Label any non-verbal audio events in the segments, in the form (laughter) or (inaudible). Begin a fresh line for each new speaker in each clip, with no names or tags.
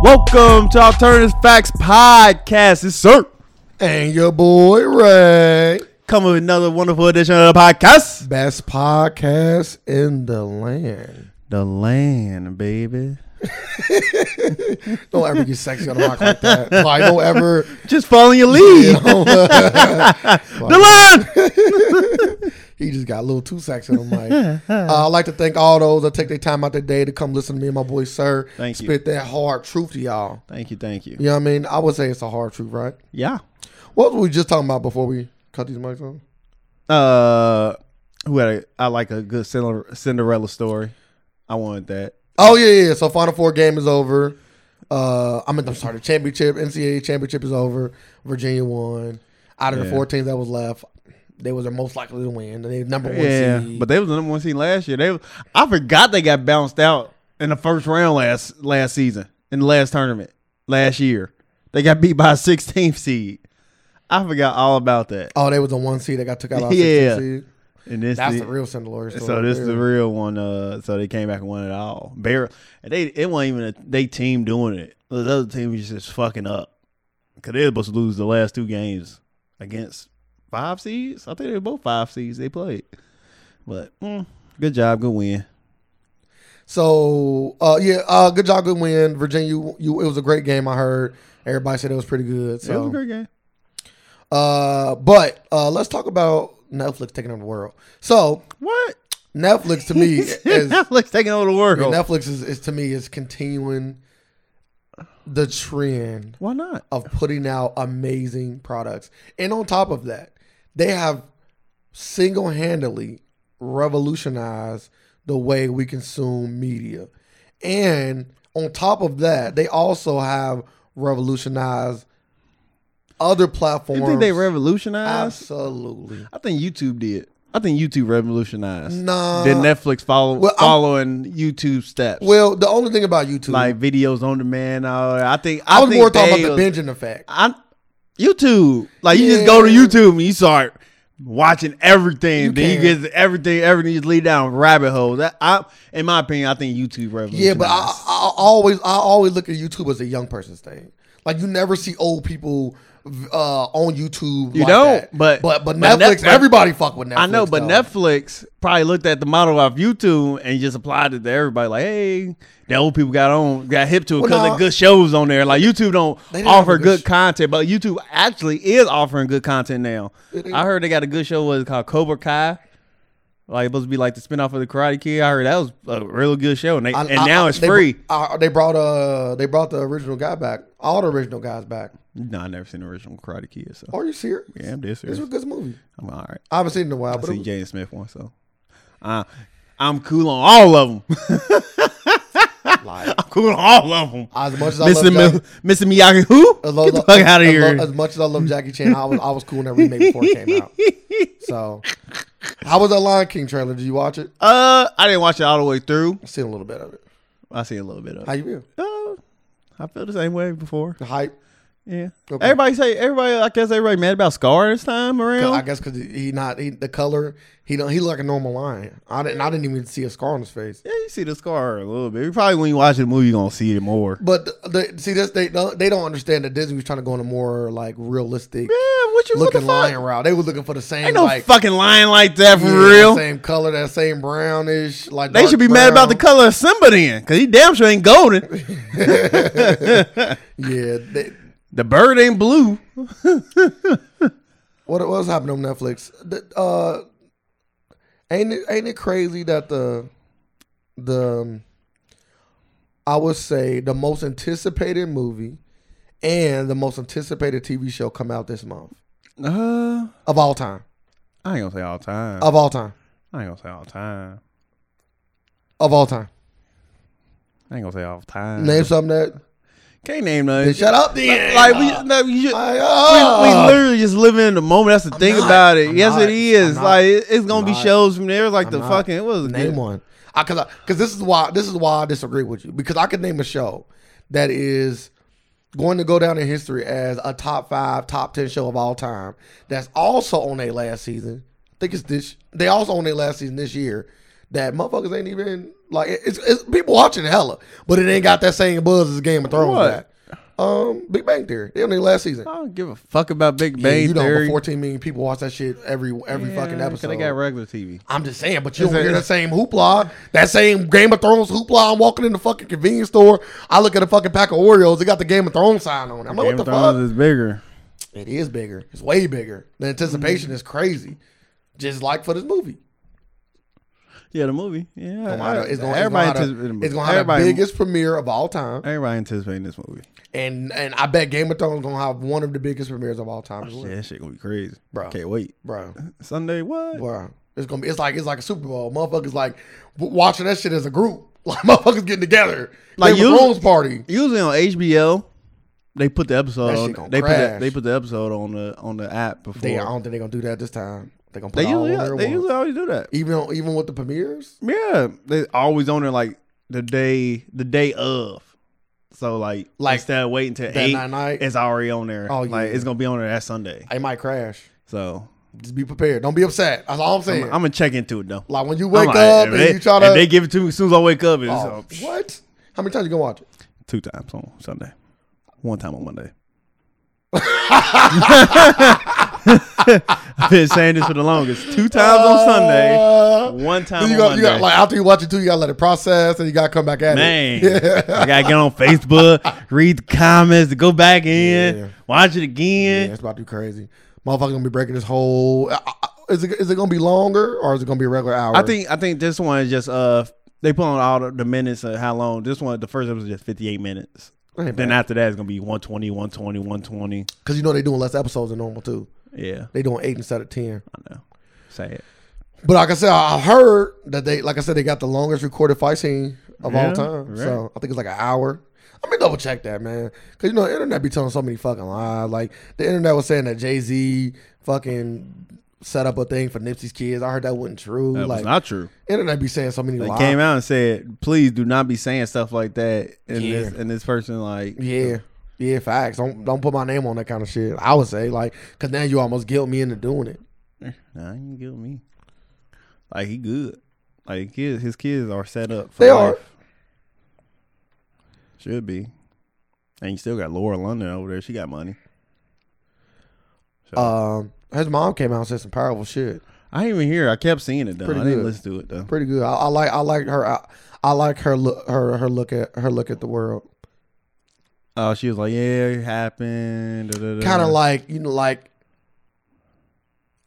Welcome to Alternative Facts Podcast. It's Sir
And your boy Ray.
coming with another wonderful edition of the podcast.
Best podcast in the land.
The land, baby.
Don't ever get sexy on a mic
(laughs)
like that. Like, don't ever.
Just following your lead.
You know? (laughs)
The land.
he just got a little too sexy on the mic.
(laughs)
Uh, I'd like to thank all those that take their time out their day to come listen to me and my boy Sir.
Thank you.
Spit that hard truth to y'all.
(laughs) Thank you, thank you.
You know what I mean? I would say it's a hard truth, right?
Yeah.
What were we just talking about before we cut these mics on?
Uh, who had a, I like a good Cinder- Cinderella story. I wanted that.
Oh yeah, yeah. yeah. So Final Four game is over. Uh, I mean, I'm sorry, the championship, NCAA championship is over. Virginia won. Out of
Yeah.
the four teams that was left, they was the most likely to win. They number one
Yeah,
seed.
but they was the number one seed last year. They, was, I forgot they got bounced out in the first round last last season in the last tournament last year. They got beat by a 16th seed. I forgot all about that.
oh, they was the one seed that got took out. By
Yeah.
yeah, seed.
And this,
that's
the-
the real Cinderella story.
so this is
there.
the real one. Uh, so they came back and won it all. Barely. and They it wasn't even a, they team doing it. The other team was just fucking up because they were supposed to lose the last two games against five seeds. I think they were both five seeds they played. But mm, good job, good win.
So uh, yeah, uh, good job, good win, Virginia. You, you, it was a great game. I heard everybody said it was pretty good. So
It was a great game.
Uh, but uh, let's talk about Netflix taking over the world. So
What?
Netflix
(laughs)
to me is
Netflix taking over the world.
Yeah, Netflix is, is to me is continuing the trend
Why not?
of putting out amazing products. And on top of that, they have single handedly revolutionized the way we consume media. And on top of that, they also have revolutionized other platforms.
You think they revolutionized?
Absolutely.
I think YouTube did. I think YouTube revolutionized.
Nah.
Then Netflix follow
Well, I'm-
following YouTube steps.
Well, the only thing about YouTube,
like videos on demand. and all that. I think I,
I was
think
more talking
they
about the
was-
binging effect.
I, YouTube. Like you just go to
Yeah.
YouTube and you start watching everything.
You
then you
can.
get everything. Everything you just lead down rabbit holes. That I, in my opinion, I think YouTube revolutionized.
Yeah, but I, I I always I always look at YouTube as a young person's thing. Like you never see old people uh, on YouTube.
You
like
don't,
that.
but-
but but
but
Netflix,
Netflix-
everybody fuck with Netflix.
I know, but
though.
Netflix probably looked at the model of YouTube and just applied it to everybody. Like, hey, the old people got on, got hip to it
Well,
because
nah.
of good shows on there. Like, YouTube don't
They didn't have
offer
a good
good
sh-
content, but YouTube actually is offering good content now.
It ain't-
I heard they got a good show. What is it called Cobra Kai? Like, supposed to be like the spinoff of the Karate Kid. I heard that was a really good show, and, they,
I-
and
I-
now
I-
it's
they,
free.
I, they brought uh they brought the original guy back. All the original guys back.
No, I never seen the original Karate Kid, so
Are you serious?
yeah, I'm dead
This
serious.
was a good movie.
I'm all right.
I haven't seen it in a while,
I
but it
seen
was-
Jaden Smith one, so uh, I'm cool on all of them.
like,
(laughs) I'm cool on all of them.
as
(laughs)
much as I
Mr.
love
Mil- Mr. Miyagi, who?
As lo-
Get the fuck out of
as
here.
lo- as much as I love Jackie Chan, I was I was cool in that remake before it
(laughs)
came out. So, how was that Lion King trailer? Did you watch it?
uh, I didn't watch it all the way through.
I seen a little bit of it.
I seen a little bit of
How
it.
you feel?
Uh, I feel the same way before.
The hype.
Yeah.
Okay.
Everybody say everybody. I guess everybody mad about Scar this time
I
around.
guess because he not he, the color he don't he look like a normal lion. I didn't I didn't even see a scar on his face.
Yeah, you see the scar a little bit. Probably when you watch the movie, you gonna see it more.
But the, the, see this they don't they don't understand that Disney was trying to go on a more like realistic
Yeah, what you what the
looking
fuck?
lion route. They were looking for the same
Ain't no
like
fucking lion like that for
yeah,
real.
same color that same brownish like
They
dark
should be mad about the
brown.
color of Simba then, cause he damn sure ain't golden.
yeah. They,
the bird ain't blue.
what what's happening on Netflix? The, uh, ain't it, ain't it crazy that the the um, I would say the most anticipated movie and the most anticipated TV show come out this month
Uh,
of all time
I ain't gonna say all time.
of all time
I ain't gonna say all time.
of all time.
I ain't gonna say all time.
Name something that
Can't name nothing.
Then shut up. Then
Like we, no, you should, we,
Like,
we
uh,
literally just living in the moment. That's the thing
not.
about it.
I'm
yes,
not.
it is.
I'm not.
like it- it's gonna
I'm
be
not.
shows from there. Like the
not.
fucking it was a
Name
good-
one. I cause I, cause this is why this is why I disagree with you because I could name a show that is going to go down in history as a top five, top ten show of all time. That's also on their last season. I think it's this. They also on their last season this year. that motherfuckers ain't even like it's, it's people watching hella, but it ain't got that same buzz as Game of Thrones
What?
got. Um, Big Bang Theory. They only last season.
I don't give a fuck about Big
Yeah,
Bang
you know, but
Theory.
14 million people watch that shit every every fucking episode.
They got regular TV.
I'm just saying, but you
Is
don't
it-
hear the same hoopla, that same Game of Thrones hoopla. I'm walking in the fucking convenience store. I look at a fucking pack of Oreos. They got the Game of Thrones sign on. it. I'm
Game
like, what
of
the
Thrones
fuck?
is bigger.
It is bigger. It's way bigger. The
Mm-hmm.
anticipation is crazy. Just like for this movie,
Yeah, the movie. Yeah,
It's gonna have- it's gonna,
everybody
it's gonna have,
anticipating-
the- it's gonna have the
everybody-
biggest premiere of all time,
Everybody anticipating this movie.
and and I bet Game of Thrones gonna have one of the biggest premieres of all time, as well.
Yeah, that Oh, shit gonna be crazy,
Bro.
Can't wait.
bro.
Sunday, what?
Bro, it's gonna be. It's like it's like a Super Bowl. Motherfuckers like w- watching that shit as a group. (laughs) Like motherfuckers getting together.
Like
Like Game
you-
of Thrones party.
Usually on HBO, they put the
That
episode.
shit
On,
gonna
they put the,
crash.
they put the episode on the on the app before.
They, I don't think they're gonna do that this time. They're gonna put
They
all
usually
on there.
they
once.
usually always do that.
even on- even with the premieres.
Yeah, they always on there like the day the day of. So like,
Like,
instead of waiting till
That
eight,
night, night
it's already on there.
Oh,
Like
yeah.
it's gonna be on there that Sunday.
it might crash.
So
Just be prepared. Don't be upset. That's all I'm saying.
I'm, I'm gonna check into it though.
like when you
I'm
wake
like,
up
if
and
they,
you try
if
to
they give it to me as soon as I wake up. It's
Oh,
oh,
what? How many times you gonna watch it?
two times on Sunday, one time on (laughs) Monday. I've been saying this for the longest. Two times on Sunday,
Uh,
one time
you
on
got,
Monday.
you got like after you watch it too, you gotta let it process and you gotta come back at
Man,
it. (laughs) Yeah.
I gotta get on Facebook, read the comments, to go back in,
Yeah.
watch it
Yeah,
again.
it's about to be crazy. Motherfucker gonna be breaking this whole. I- I- Is it is it gonna be longer or is it gonna be a regular hour?
I think I think this one is just uh they put on all the, the minutes of how long this one the first episode is just fifty eight minutes. Then after that it's gonna be 120, 120, 120.
because you know they're doing less episodes than normal too.
Yeah,
They doing eight instead of ten.
I know. Say it.
But like I said, I heard that they like I said they got the longest recorded fight scene of
Yeah,
all time.
right.
So I think it's like an hour. I'm gonna double check that, man, because you know the internet be telling so many fucking lies. Like the internet was saying that Jay Z fucking set up a thing for Nipsey's kids. I heard that wasn't true.
That
like
was not true.
internet be saying so many
They
lies.
came out and said, "Please do not be saying stuff like that." And
Yeah.
this and this person like,
Yeah. Yeah, facts. Don't don't put my name on that kind of shit. I would say like, cause now you almost guilt me into doing it.
nah, you ain't kill me. Like he good. Like kids, his kids are set up. For
They
life.
are.
Should be. And you still got Laura London over there. She got money. So,
Um, his mom came out and said some powerful shit.
I didn't even hear. it. I kept seeing it though. I
pretty
didn't
good.
listen to it though.
Pretty good. I, I like I like her. I, I like her look her her look at her look at the world.
Oh, she was like, "Yeah, it happened."
Kind of like you know like.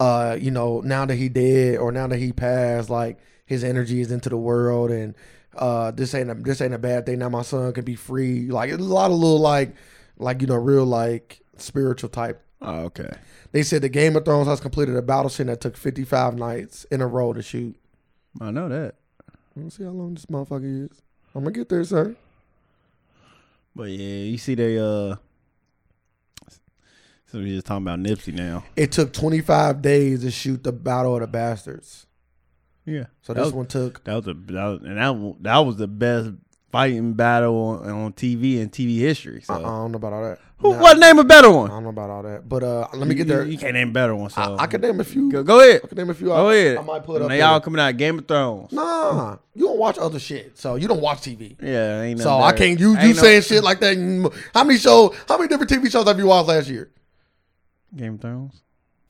Uh, you know, now that he dead or now that he passed, like his energy is into the world, and uh, this ain't a, this ain't a bad thing. Now my son can be free. Like it's a lot of little like, like you know, real like spiritual type
Oh, okay.
They said the Game of Thrones has completed a battle scene that took 55 nights in a row to shoot.
I know that.
Let's see how long this motherfucker is. I'm gonna get there, sir.
But yeah, you see they uh so we just talking about Nipsey now.
It took 25 days to shoot the Battle of the Bastards.
Yeah.
So
That
this
was-
one took.
That was a that was, and that wa- that was the best fighting battle on, on TV in TV history. So
I I don't know about all that.
Uh, who
Uh-uh. Nah,
what name a better one?
I don't know about all that. But uh, let me get
You-
there.
You, can't name a better one. So
I, I can name a few.
go, Oh, go ahead.
I can name a few.
Go
I,
ahead.
I might pull it up.
And They
later.
all coming out Game of Thrones.
Nah, you don't watch other shit, so you don't watch TV.
Yeah, ain't
So
nothing
I
better.
can't. You you
Ain't no-
saying shit like that? mm, How many show? How many different TV shows have you watched last year?
Game of Thrones.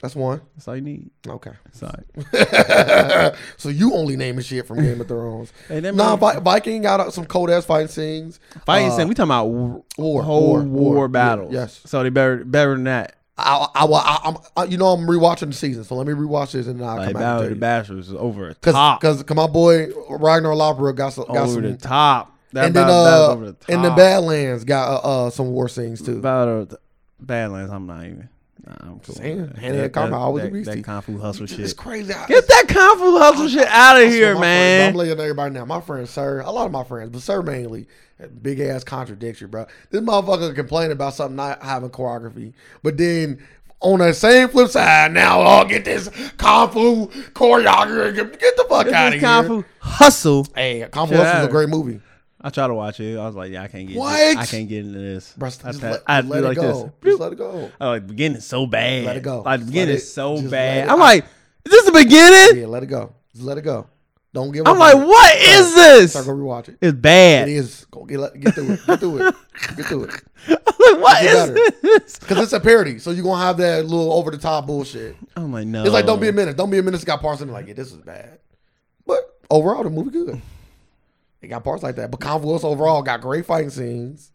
That's one.
That's all you need.
Okay.
That's all right.
so you only naming shit from Game of Thrones.
Hey, that
nah,
man-
Vi- Viking got uh, some cold ass fight scenes.
Fighting
Uh,
scene. We talking about war,
war,
whole
war,
war,
war,
battles.
yeah, yes.
So they better better than that.
I, I, I, I, I'm, I, you know, I'm rewatching the season, so let me rewatch this and then I'll
Like
come back
Battle of
to
the
you.
Bastards is over the top.
Because, my boy Ragnar Lodbrok got some, got
over
some,
the top. That
and then
battle- that was
uh,
over the top.
in the Badlands got uh, uh some war scenes too.
Battle of the Badlands. I'm not even. Nah, I'm cool.
Saying,
with that.
hand in
That-
combat,
that-
always
that-
a beastie.
That kung fu hustle
It's
shit.
(laughs) crazy. how-
Get that kung fu hustle shit out of
That's
here,
what my friends-
man.
I'm letting everybody know. My friend, sir, a lot of my friends, but sir mainly, big ass contradiction, bro. This motherfucker complained about something not having choreography, but then on that same flip side, now oh get this kung fu choreography. Get get the fuck
Get
out
this
of
kung
here.
fu hustle.
Hey, kung fu
Shut
Hustle's
up.
a great movie.
I tried to watch it. I was like, yeah, I can't get.
What?
I can't get into this.
Bro,
I,
just
pa-
let,
I
just
do
let it
like this.
go. Just let it go.
I like the beginning is so bad.
Let it go.
Like the
Just
beginning
let it-
is so
just let
bad.
it-
I'm
I-
like, is this the beginning?
Yeah, let it go. Just let it go. Don't give up.
I'm like,
on it.
what is this?
Start go rewatch it.
It's
It
bad.
is. Go get get through it. Get through it. Get through it.
(laughs) I'm like, what
It's
is this?
Because it's a parody, so you're gonna have that little over the top bullshit.
I'm like, no.
It's like don't be a menace. Don't be a menace. Got parts in it like yeah, this is bad, but overall the movie good. It got parts like that, but Convolution overall got great fighting scenes,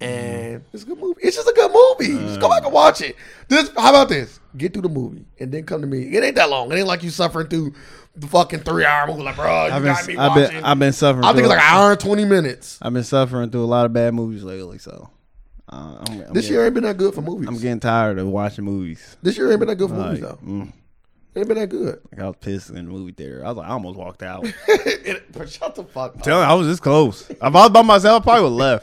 and
Mm-hmm.
it's a good movie. It's just a good movie. just go back and watch it. This how about this? Get through the movie and then come to me. It ain't that long. It ain't like you suffering through the fucking three hour movie. Like bro, you
I've
got me
been, I've
watching.
been, I've been suffering.
I think
through
it's like
a-
an hour and twenty minutes.
I've been suffering through a lot of bad movies lately, so uh, I'm, I'm
This
getting,
year ain't been that good for movies.
I'm getting tired of watching movies.
this year ain't been that good for
Like,
movies though.
mm,
It ain't been that good. (laughs)
like I was pissed in the movie theater. I was like, I almost walked out. (laughs)
It- but shut the fuck up.
Tell you, I was this close. If I was by myself, I probably would have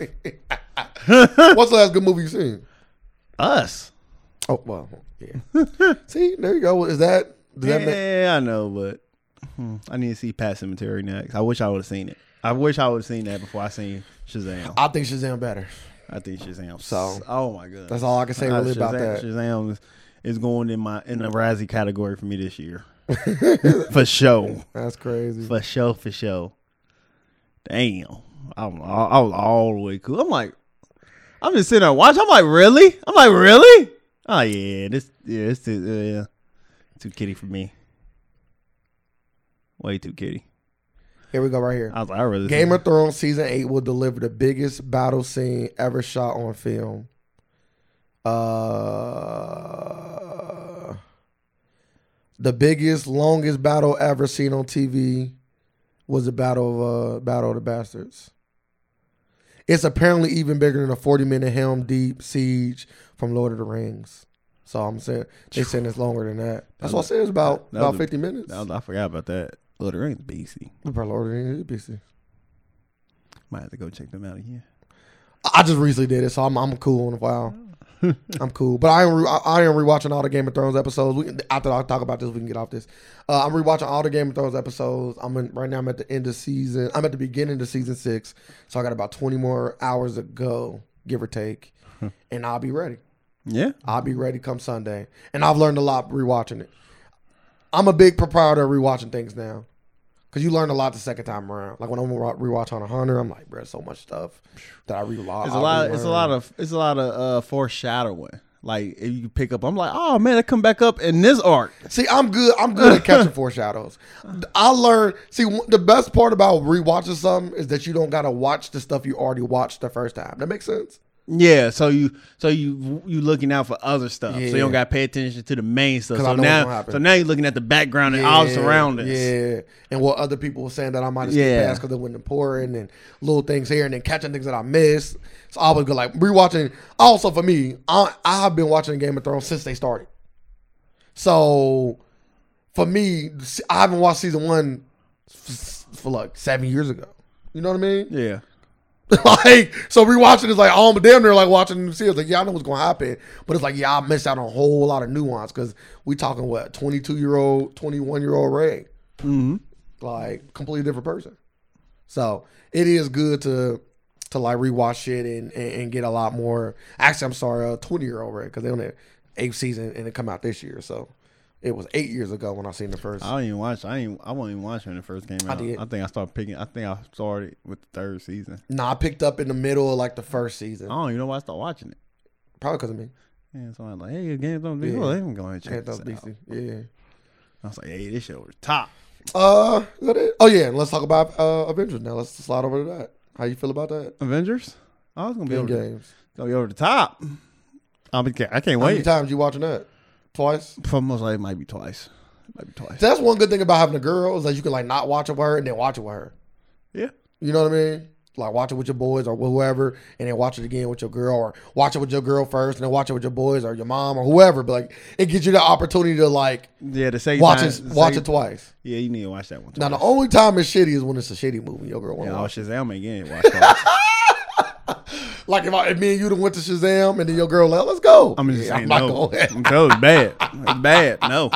left.
What's the last good movie you seen?
Us.
Oh well, yeah. (laughs) See, there you go. Is that does that make
yeah, I know, but hmm, I need to see Pat Cemetery next. I wish I would have seen it. I wish I would have seen that before I seen Shazam.
I think Shazam better.
I think Shazam.
So,
oh my god,
That's all I can say really about that.
Uh, Shazam is, is going in my in the Razzie category for me this (laughs) year, for sure.
That's crazy.
For sure, for sure. Damn. I'm all, I was all the way cool. I'm like, I'm just sitting there watching. I'm like, really? I'm like, really? Oh yeah, this yeah, this is uh, yeah. too kitty for me. Way too kitty.
Here we go, right here.
I was like, I really
Game of Thrones season eight will deliver the biggest battle scene ever shot on film. Uh, the biggest, longest battle ever seen on TV was the battle of uh, Battle of the Bastards. It's apparently even bigger than a forty-minute Helm Deep siege from Lord of the Rings. So I'm saying they saying it's longer than that. That's what I said. It's about
That was
about
a-
fifty minutes.
I, was- I forgot about that. Oh, Lord of the Rings, BC.
Probably Lord of the Rings, BC.
Might have to go check them out again.
I just recently did it, so I'm I'm cool on the file. I'm cool, but I am re- I, I am rewatching all the Game of Thrones episodes. We, can- after I talk about this, we can get off this. Uh, I'm rewatching all the Game of Thrones episodes. I'm in, right now. I'm at the end of season. I'm at the beginning of season six, so I got about 20 more hours to go, give or take, and I'll be ready.
Yeah.
I'll be ready come Sunday. And I've learned a lot rewatching it. I'm a big proprietor of rewatching things now. Cause you learn a lot the second time around. Like when I'm re- rewatch on a hunter, I'm like, bruh, so much stuff that I rewatch.
It's a lot. It's a lot of. It's a lot of uh, foreshadowing. Like if you pick up, I'm like, oh man, I come back up in this arc.
See, I'm good. I'm good
(laughs)
at catching foreshadows. I learned. See, one- the best part about rewatching something is that you don't gotta watch the stuff you already watched the first time. That makes sense.
Yeah, so you so you you looking out for other stuff. So
Yeah.
you don't got to pay attention to the main stuff.
'Cause
So
I know what's gonna
now
happen.
so now you're looking at the background and all surroundings.
Yeah, and what other people were saying that I might have skipped
Yeah.
past because it wasn't important, and little things here, and then catching things that I missed. So I was good, like rewatching. Also for me, I I have been watching Game of Thrones since they started. So for me, I haven't watched season one f- for like seven years ago. You know what I mean?
Yeah.
(laughs) like so rewatching is like oh damn near like watching a new series like yeah I know what's gonna happen but it's like yeah I missed out on a whole lot of nuance because we talking what 22 year old 21 year old Ray
Mhm.
like completely different person so it is good to to like rewatch shit and and, and get a lot more actually I'm sorry uh 20 year old Ray because they only had eighth season and it come out this year so it was eight years ago when I seen the first
I don't even watch. I ain't. I wasn't even watch when it first came out. I,
did.
think I started picking. I think I started with the third season.
nah I picked up in the middle of like the first season
I don't even know why I started watching it.
probably because of me
And so I'm like, hey, Games on DC.
Yeah.
Oh, they even going to
yeah
check
that's
this out.
DC yeah.
I was like, hey, this shit was top.
Uh, is that it? Oh yeah, and let's talk about uh, Avengers now. Let's slide over to that. How you feel about that?
Avengers. I was gonna be
End
over, the,
games.
gonna be over the top. I mean, I can't
How many
wait.
times you watching that? Twice.
For most likely, it might be twice. Might be twice.
That's one good thing about having a girl is that you can like not watch it with her and then watch it with her.
Yeah.
You know what I mean? Like watch it with your boys or whoever, and then watch it again with your girl, or watch it with your girl first, and then watch it with your boys or your mom or whoever. But like, it gives you the opportunity to like
Yeah, the second
watch
time,
it,
the
watch
second-
it twice.
Yeah, you need to watch that one.
Now, the
twice.
only time it's shitty is when it's a shitty movie. Your girl want to
yeah, oh,
watch.
Shazam again. Watch that.
Like if, I, if me and you done went to Shazam and then your girl like, let's go.
I'm just
(laughs) Yeah,
saying
I'm
(laughs)
not
no.
going.
I'm telling you, it's bad. It's bad. No.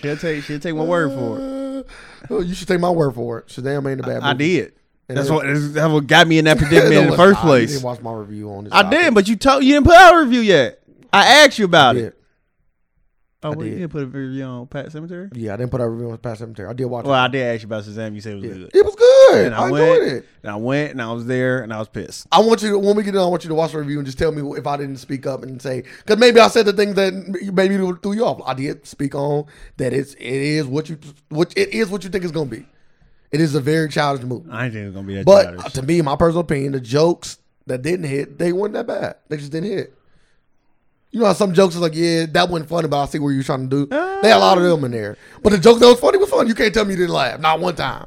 She'll take. She'll take my word for it.
Oh, you should take my word for it. Shazam ain't a bad movie.
I
(laughs)
did.
And
That's
Uh, it-
what. That's what got me in that
No,
predicament
(laughs)
in the
it's
first
not. You
place.
didn't watch my review on this.
I
topic.
did, but you told you didn't put out a review yet. I asked you about
Yeah.
it. Oh, well, you
did.
did put a video on Pat Cemetery.
Yeah, I didn't put out a review on Past Cemetery. I did watch
Well, I did ask you about Shazam. You said it was
it. Yeah.
good.
It was good.
And
I,
I
enjoyed
went-
it.
And I went and I was there and I was pissed.
I want you to, when we get done, I want you to watch the review and just tell me if I didn't speak up and say because maybe I said the things that maybe threw you off. I did speak on that. It's it is what you what it is what you think it's gonna be. It is a very childish movie,
I didn't think it was gonna be that
but
childish.
to me, my personal opinion, the jokes that didn't hit, they weren't that bad. They just didn't hit. You know how some jokes is like, yeah, that wasn't funny, but I see what you're trying to do. They had a lot of them in there, but the joke that was funny was funny. You can't tell me you didn't laugh, not one time.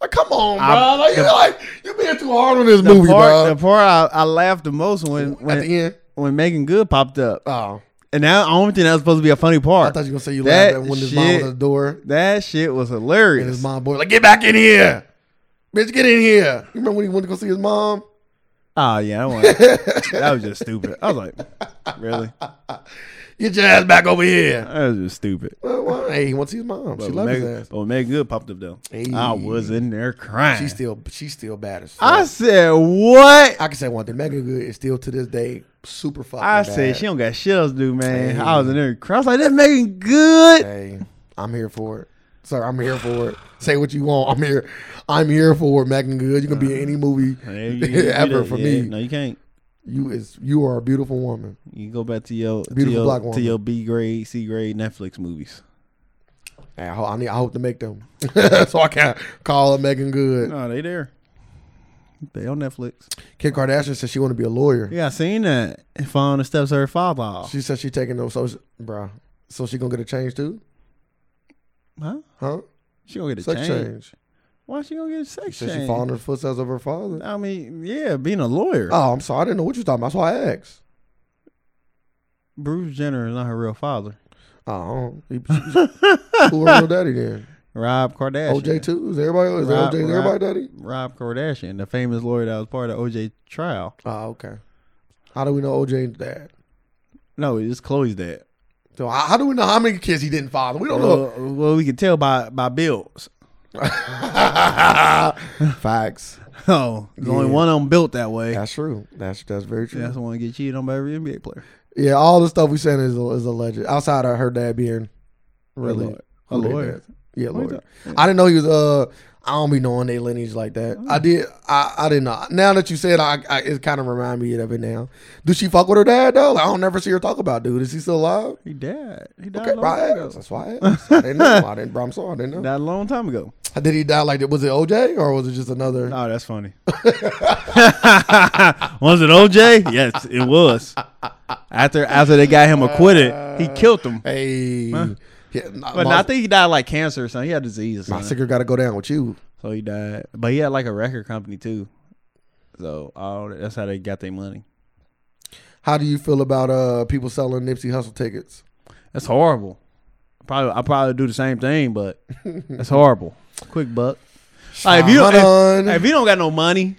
Like, come on, bro. Like, you're like, you're being too hard on this
the
movie,
part,
bro.
the part I, I laughed the most when
at
when
the end.
when Megan Good popped up,
Oh,
and that the only thing that was supposed to be a funny
I
part.
thought you were gonna say you
That
laughed at when his mom was
shit-
at the door
that shit was
and
hilarious.
his mom boy like, get back in here, bitch, get in here. You remember when he went to go see his mom?
Oh yeah, that,
(laughs)
was, that was just stupid. I was like, really?
Get your ass back over here.
That was just stupid.
Well, well, hey, he wants to see his mom. She
But
loves his
Megan,
ass.
but Megan Good popped up though.
Hey.
I was in there crying.
She's still, she's still bad as fuck.
I said what?
I, can say one thing: Megan Good is still to this day super fucking.
I
bad.
said she don't got shit else to do, man. I was in there crying. I was like, that Megan Good.
Hey, I'm here for it. Sir, I'm here for it. Say what you want. I'm here. I'm here for Megan Good. You can be in any movie
Hey, you- you- you
(laughs) ever
done-
for
yeah,
me.
No, you can't.
You is you are a beautiful woman.
You go back to your to
Beautiful black
your,
woman.
to your B grade, C grade Netflix movies.
Hey, I, hope, I need. I hope to make them, (laughs) so I can call her Megan Good.
No, they there. They on Netflix.
Kim Kardashian said she want to be a lawyer.
Yeah, I seen that. And following the steps of her father. off.
She said she taking those. So, bruh, so she gonna get a change too,
Huh?
huh?
She gonna get a
Sex
change.
change.
Why she gonna get a sex
Said she
change?
following in the footsteps of her father.
I mean, yeah, being a lawyer.
Oh, I'm sorry. I didn't know what you talking about. That's why I asked.
Bruce Jenner is not her real father.
Oh, he, (laughs) who her real daddy then?
Rob Kardashian.
OJ too. Is everybody? Is
Rob-
OJ? Is
Rob-
everybody daddy?
Rob Kardashian, the famous lawyer that was part of OJ trial.
Oh, okay. How do we know OJ's dad?
No, it's Chloe's dad.
So how, how do we know how many kids he didn't father? We don't know.
Well, well, we can tell by by bills.
(laughs) Facts.
(laughs) Oh, there's only
Yeah.
one of them built that way.
That's true. That's that's very true.
That's the one that get cheated on by every NBA player.
Yeah, all the stuff we saying is is alleged. Outside of her dad being really
lawyer. A lawyer.
Dad. Yeah,
What you
lawyer.
talking-
I didn't know he was. Uh, I don't be knowing their lineage like that.
Oh.
I did. I, I didn't know. Now that you said, I, I it kind of remind me of it now. Do she fuck with her dad though? Like, I don't never see her talk about dude. Is he still alive?
He died. He died
Okay,
a long time
bro,
ago.
that's why I asked. I didn't know. I didn't. bro, I'm sorry. I didn't know.
Died a long time ago.
Did he die like that? Was it OJ or was it just another?
Oh, that's funny. (laughs) was it OJ? Yes, it was. After after they got him acquitted, he killed him.
Hey, yeah, nah,
But
my,
I think he died of, like cancer or something. He had a disease. Or
my
something.
sicker got to go down with you.
So he died. But he had like a record company too. So all that's how they got their money.
How do you feel about uh people selling Nipsey Hustle tickets?
That's horrible. Probably I probably do the same thing, but that's horrible. Quick buck. Like, if you don't,
Hold
if,
on.
if you don't got no money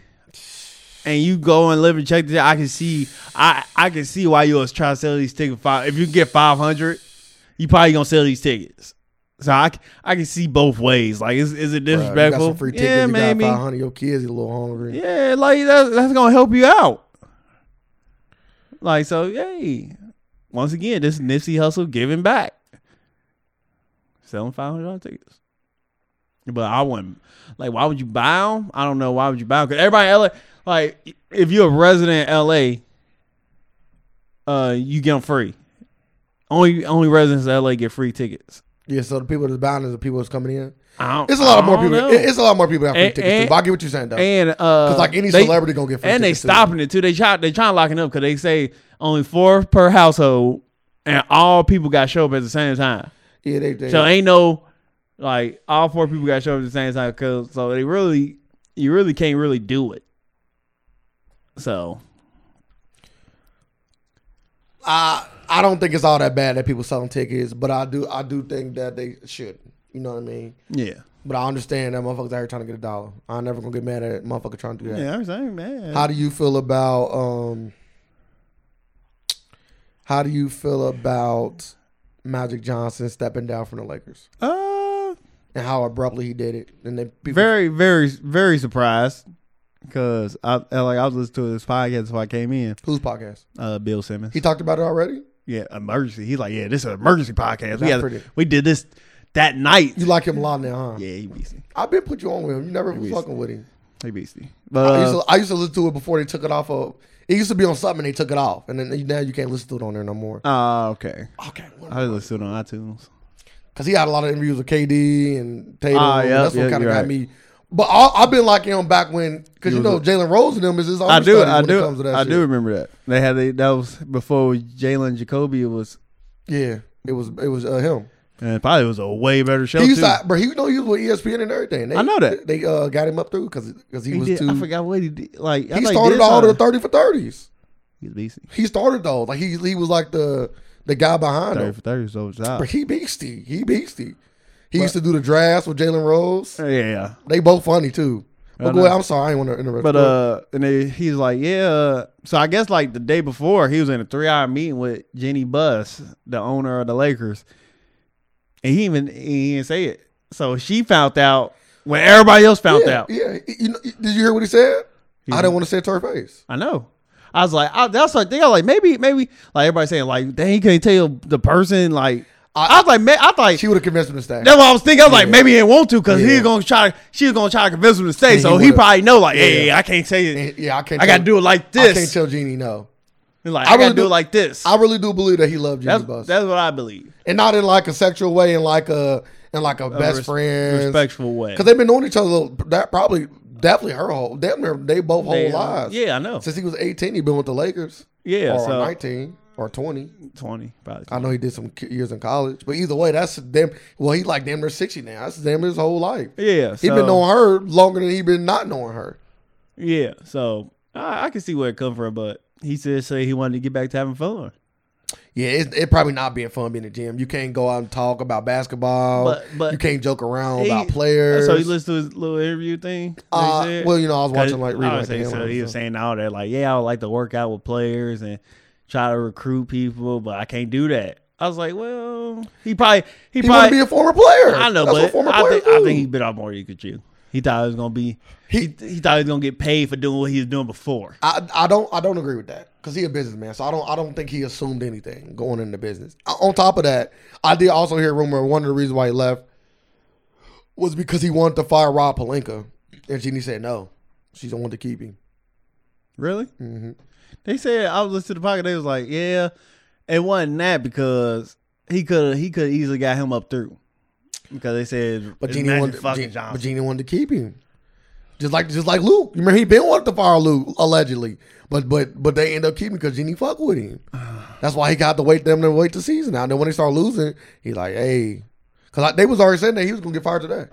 and you go and live and check this, I can see I I can see why you was trying to sell these tickets. Five, if you get five hundred, you probably gonna sell these tickets. So I, c- I can see both ways. Like is is it
Bruh, You got
disrespectful?
some free tickets.
yeah,
you
maybe.
got 500. Your kids a little hungry.
Yeah, like that, that's gonna help you out. Like so, yay! Once again, this Nipsey Hustle giving back, selling five hundred dollars tickets. But I wouldn't. Like, why would you buy them? I don't know. Why would you buy them? Because everybody in LA, like, if you're a resident in LA, uh, you get them free. Only only residents of LA get free tickets.
Yeah, so the people that's buying is the people that's coming in.
I don't,
It's a lot
I
of more
don't
people.
know.
it- It's a lot more people that have free
And-
tickets. too,
and-
but I get what you're saying though.
and uh,
'Cause, like any
they-
celebrity gonna get free
and they
tickets, too.
stopping it too. They try they trying to lock it up because they say only four per household, and all people got to show up at the same time.
yeah, they. they
So ain't no like all four people got to show up at the same time. Cause so they really you really can't really do it. So
I I don't think it's all that bad that people selling tickets, but I do I do think that they should. You know what I mean?
yeah,
But I understand that motherfuckers out here trying to get a dollar. I'm never gonna get mad at a motherfucker trying to do that.
yeah, I'm saying man.
How do you feel about um how do you feel about Magic Johnson stepping down from the Lakers
uh,
and how abruptly he did it? And they people
very very very surprised because I like I was listening to this podcast before I came in.
whose podcast?
Uh, Bill Simmons.
He talked about it already?
yeah, emergency. He's like, yeah, this is an emergency podcast. We,
Not
had,
pretty.
we did this that night.
You like him a lot now, huh?
Yeah, he beastie.
I've been put you on with him. You never
Maybe
fucking with him.
He beastie. But
I, used
uh,
to, I used to listen to it before they took it off of. It used to be on something and they took it off, and then now you can't listen to it on there no more.
ah, okay.
Okay,
I listen on iTunes.
because he had a lot of interviews with KD and Tatum.
Ah,
and
yep,
that's what
yep,
kind of
you're
got
right.
me. But I, I've been liking him back when, because you
You
know
was
Jalen Rose and them is his own.
I do.
study
I
when It comes to
do.
that
I
shit.
do remember that they had the, that was before Jalen Jacoby was,
Yeah, it was it was uh, him.
and probably was a way better show
He
too.
used to, but he you know he was with E ESPN and everything. They,
I know that.
they uh, got him up through because he,
He
was
did-
too.
I forgot what he did. Like I
he
thought
started
did
all the
something.
thirty for thirties.
He's beastie.
He started those. Like he he was like the the guy behind
Thirty
him.
for thirty is over the top.
But he beastie. He beastie. He used to do the drafts with Jalen Rose.
Yeah.
They both funny too. But
I
go
know.
ahead. I'm sorry, I didn't want to interrupt.
But
Go ahead.
uh, and they, he's like, yeah. uh, So I guess like the day before, he was in a three-hour meeting with Jenny Buss, the owner of the Lakers, and he even he didn't say it. So she found out when everybody else found
yeah,
out.
yeah. You know, did you hear what he said?
He-
I don't want to say it to her face.
I know. I was like, I, that's the thing. I was like, maybe, maybe, like everybody saying, like, dang, he can't tell the person. Like, I, was like, man, I thought
She would have convinced him to stay.
that's what I was thinking. I was like,
Yeah.
maybe he didn't want to because
Yeah.
he's gonna try. She was gonna try to convince him to stay,
he
so he,
would've.
probably know, like,
Yeah.
hey, I can't say it.
And, yeah, I can't.
I
tell-
gotta do it like
I can't
this.
tell Jeannie no.
And like, I,
I really
gotta do
do-
it like this.
I really do believe that he loved Jeannie
that's,
Buss,
that's what I believe.
and not in like a sexual way, in like a in like a, best
res-
friend
respectful way.
because they've been knowing each other that probably definitely her whole damn near they both whole
They, uh,
lives.
Yeah, I know.
since he was 18, he been with the Lakers.
Yeah,
or
so
19 or 20.
twenty probably.
I know he did some ki- years in college, but either way, that's damn. Well, he like damn near 60 now. That's damn near his whole life.
Yeah,
He
so,
been knowing her longer than he been not knowing her.
Yeah, so I, I can see where it come from, but he said say he wanted to get back to having fun.
Yeah, it's it probably not being fun being in the gym. You can't go out and talk about basketball.
But- but-
you can't joke around
He-
about players.
So he listened to his little interview thing. that he
Uh,
said?
well, you know, I was watching like reading
I
like
would
the
say so.
analysts
He
and
was
stuff.
saying all that, like, yeah, I would like to work out with players and try to recruit people, but I can't do that. I was like, well, he probably he,
He want
probably
to be a former player.
I know,
That's what
but
former
I
players
think, I
do.
think he bit off more than he could chew. He thought it was gonna be
He-
he, he thought he was gonna get paid for doing what he was doing before.
I, I don't I don't agree with that because he a businessman, so I don't I don't think he assumed anything going into business. O- On top of that, I did also hear a rumor one of the reasons why he left was because he wanted to fire Rob Palenka, and Jeannie said no, she don't want to keep him.
Really?
Mhm.
They said I was listening to the pocket. They was like, yeah, it wasn't that because he could he could easily got him up through because they said
But
it's
Jeannie
Magic
wanted
fucking
Jean-
Johnson.
but Jeannie wanted to keep him, just like just like Luke. You remember he been wanted to fire Luke allegedly, but but but they end up keeping because Jeannie fuck
(sighs)
with him. That's why he got to wait them to wait the season out. And then when they start losing, he like hey, because they was already saying that he was gonna get fired today.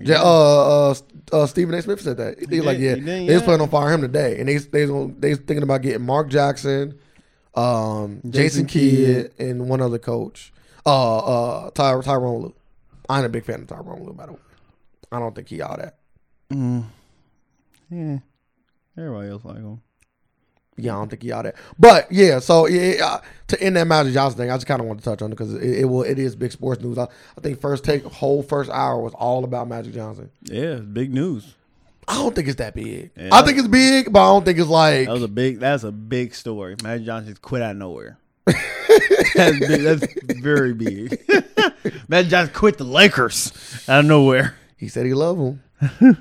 Yeah, uh, uh, uh, Stephen A. Smith said that. He, was like,
did,
yeah,
he did,
they was
yeah.
planning on firing him today, and they they was gonna- they was thinking about getting Mark Jackson, um, Jason,
Jason
Kidd, and one other coach, uh, uh, Ty, Tyrone Lue. I ain't a big fan of Tyrone Lue, by the way. I don't think he all that.
yeah, everybody else like him.
Yeah, I don't think he all that. But yeah, so yeah, uh, to end that Magic Johnson thing, I just kind of want to touch on it because it, it will it is big sports news. I, I think first take whole first hour was all about Magic Johnson.
Yeah, it's big news.
I don't think it's that big.
Yeah.
I think it's big, but I don't think it's like
That was a big. That's a big story. Magic Johnson quit out of
(laughs)
nowhere. that's, big, that's very big. (laughs) Magic Johnson quit the Lakers out of nowhere.
He said he loved him.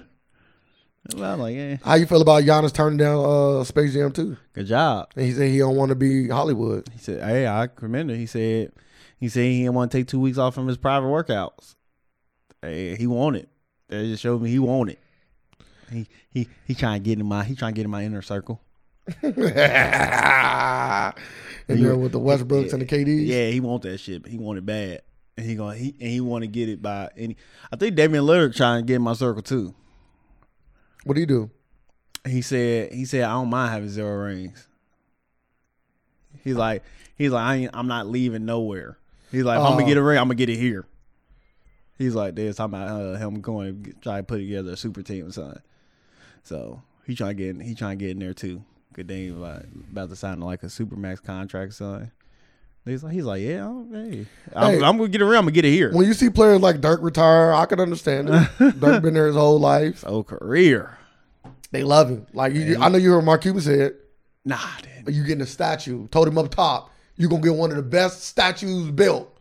I'm like, eh,
How you feel about Giannis turning down uh, Space Jam 2?
good job.
And he said he don't want to be Hollywood.
He said, "Hey, I commend it." He said, "He said he didn't want to take two weeks off from his private workouts. Hey, he wanted. it. That just showed me he wanted. it. He he he trying to get in my he trying to get in my inner circle.
(laughs) and then with the Westbrooks and the KDs.
Yeah, he want that shit. But he want it bad, and he going he and he want to get it by any. I think Damian Lillard trying to get in my circle too.
What do you do?
He said he said I don't mind having zero rings. He's like he's like I ain't, I'm not leaving nowhere. He's like if I'm
Oh.
gonna get a ring. I'm gonna get it here. He's like they're talking about uh, him going to get- try to put together a super team or something. So he trying to get in, he trying to get in there too. Good thing about about to sign like a supermax contract or something. He's like he's like yeah I'm, hey, I'm,
Hey.
I'm gonna get a ring. I'm gonna get it here.
When you see players like Dirk retire, I can understand
(laughs)
it. Dirk been there his whole life.
Oh career.
They love him. Like you, I know you heard Mark Cuban say it,
Nah, dude.
but you getting a statue. Told him up top, You're gonna get one of the best statues built.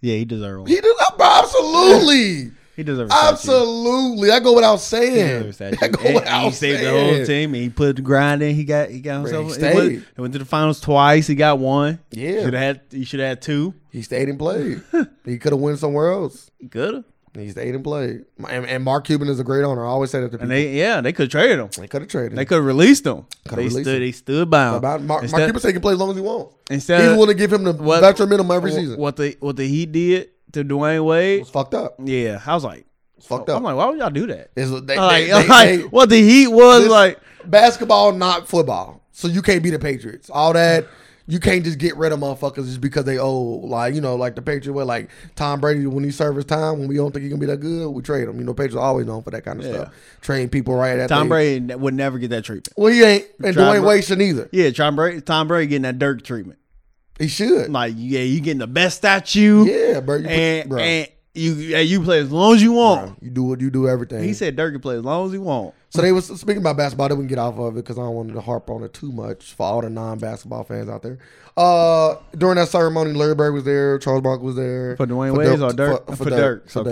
Yeah, he deserves one.
He did
(laughs)
absolutely,
He deserves a statue.
absolutely. That go without
He
saying.
deserves a
(laughs) That
statue.
go
And-
without
and He saved the whole
saying.
team. He put the grind in. He got he got
Bro, he
himself. He, went,
stayed.
he went to the finals twice. He got one.
Yeah.
Should have had he should have had two.
He stayed and
(laughs)
played. he could have went somewhere else.
He could have.
He stayed and played. And, and Mark Cuban is a great owner. I always say that to people.
And they yeah, they could have traded him.
They could have traded.
They could have released him.
Coulda
they
released
stood
him.
they stood by him.
About Mark, Mark
Instead-
Cuban said he can play as long as he wants.
instead
He's
of
willing to give him the
what-
veteran minimum every
wh-
season.
what the what the he did to Dwayne Wade.
It's fucked up.
Yeah, I was like
It's fucked
Oh, I'm like,
up.
why would y'all do that?
It's- they- they-
Like,
they-
(laughs) like,
they-
what the heat was
This-
like
basketball, not football. So you can't be the Patriots. All that you can't just get rid of motherfuckers just because they old. Like you know, like the Patriots were like Tom Brady when he serves his time. When we don't think he gonna be that good, we trade him. You know, Patriots are always known for that kind of
Yeah.
stuff. Train people right at
Tom
they-
Brady ne- would never get that treatment.
Well, he ain't, and
Tom
Dwayne
Bra-
Wade shouldn't either.
Yeah, Tom Brady, Tom Brady getting that Dirk treatment.
He should.
Like, yeah, you getting the best at you,
Yeah, bro. You, put-
and
bro,
and you and you play as long as you want.
bro, you do what you do everything.
He said Dirk can play as long as he want.
So they was speaking about basketball. They wouldn't get off of it because I don't want to harp on it too much for all the non-basketball fans out there. Uh, during that ceremony, Larry Bird was there, Charles Barkley was there
For Dwayne Wade's or Dirk? For Dirk's,
for
okay.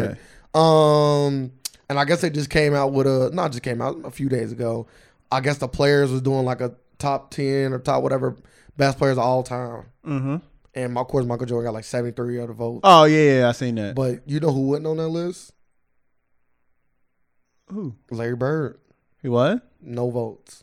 Dirk. Um, and I guess they just came out with a not just came out a few days ago. I guess the players was doing like a top ten or top whatever best players of all time.
Mm-hmm.
And of course, Michael Jordan got like seventy three of the vote.
Oh yeah, yeah, I seen that.
But you know who wasn't on that list?
Who?
Larry Bird,
He what?
no votes.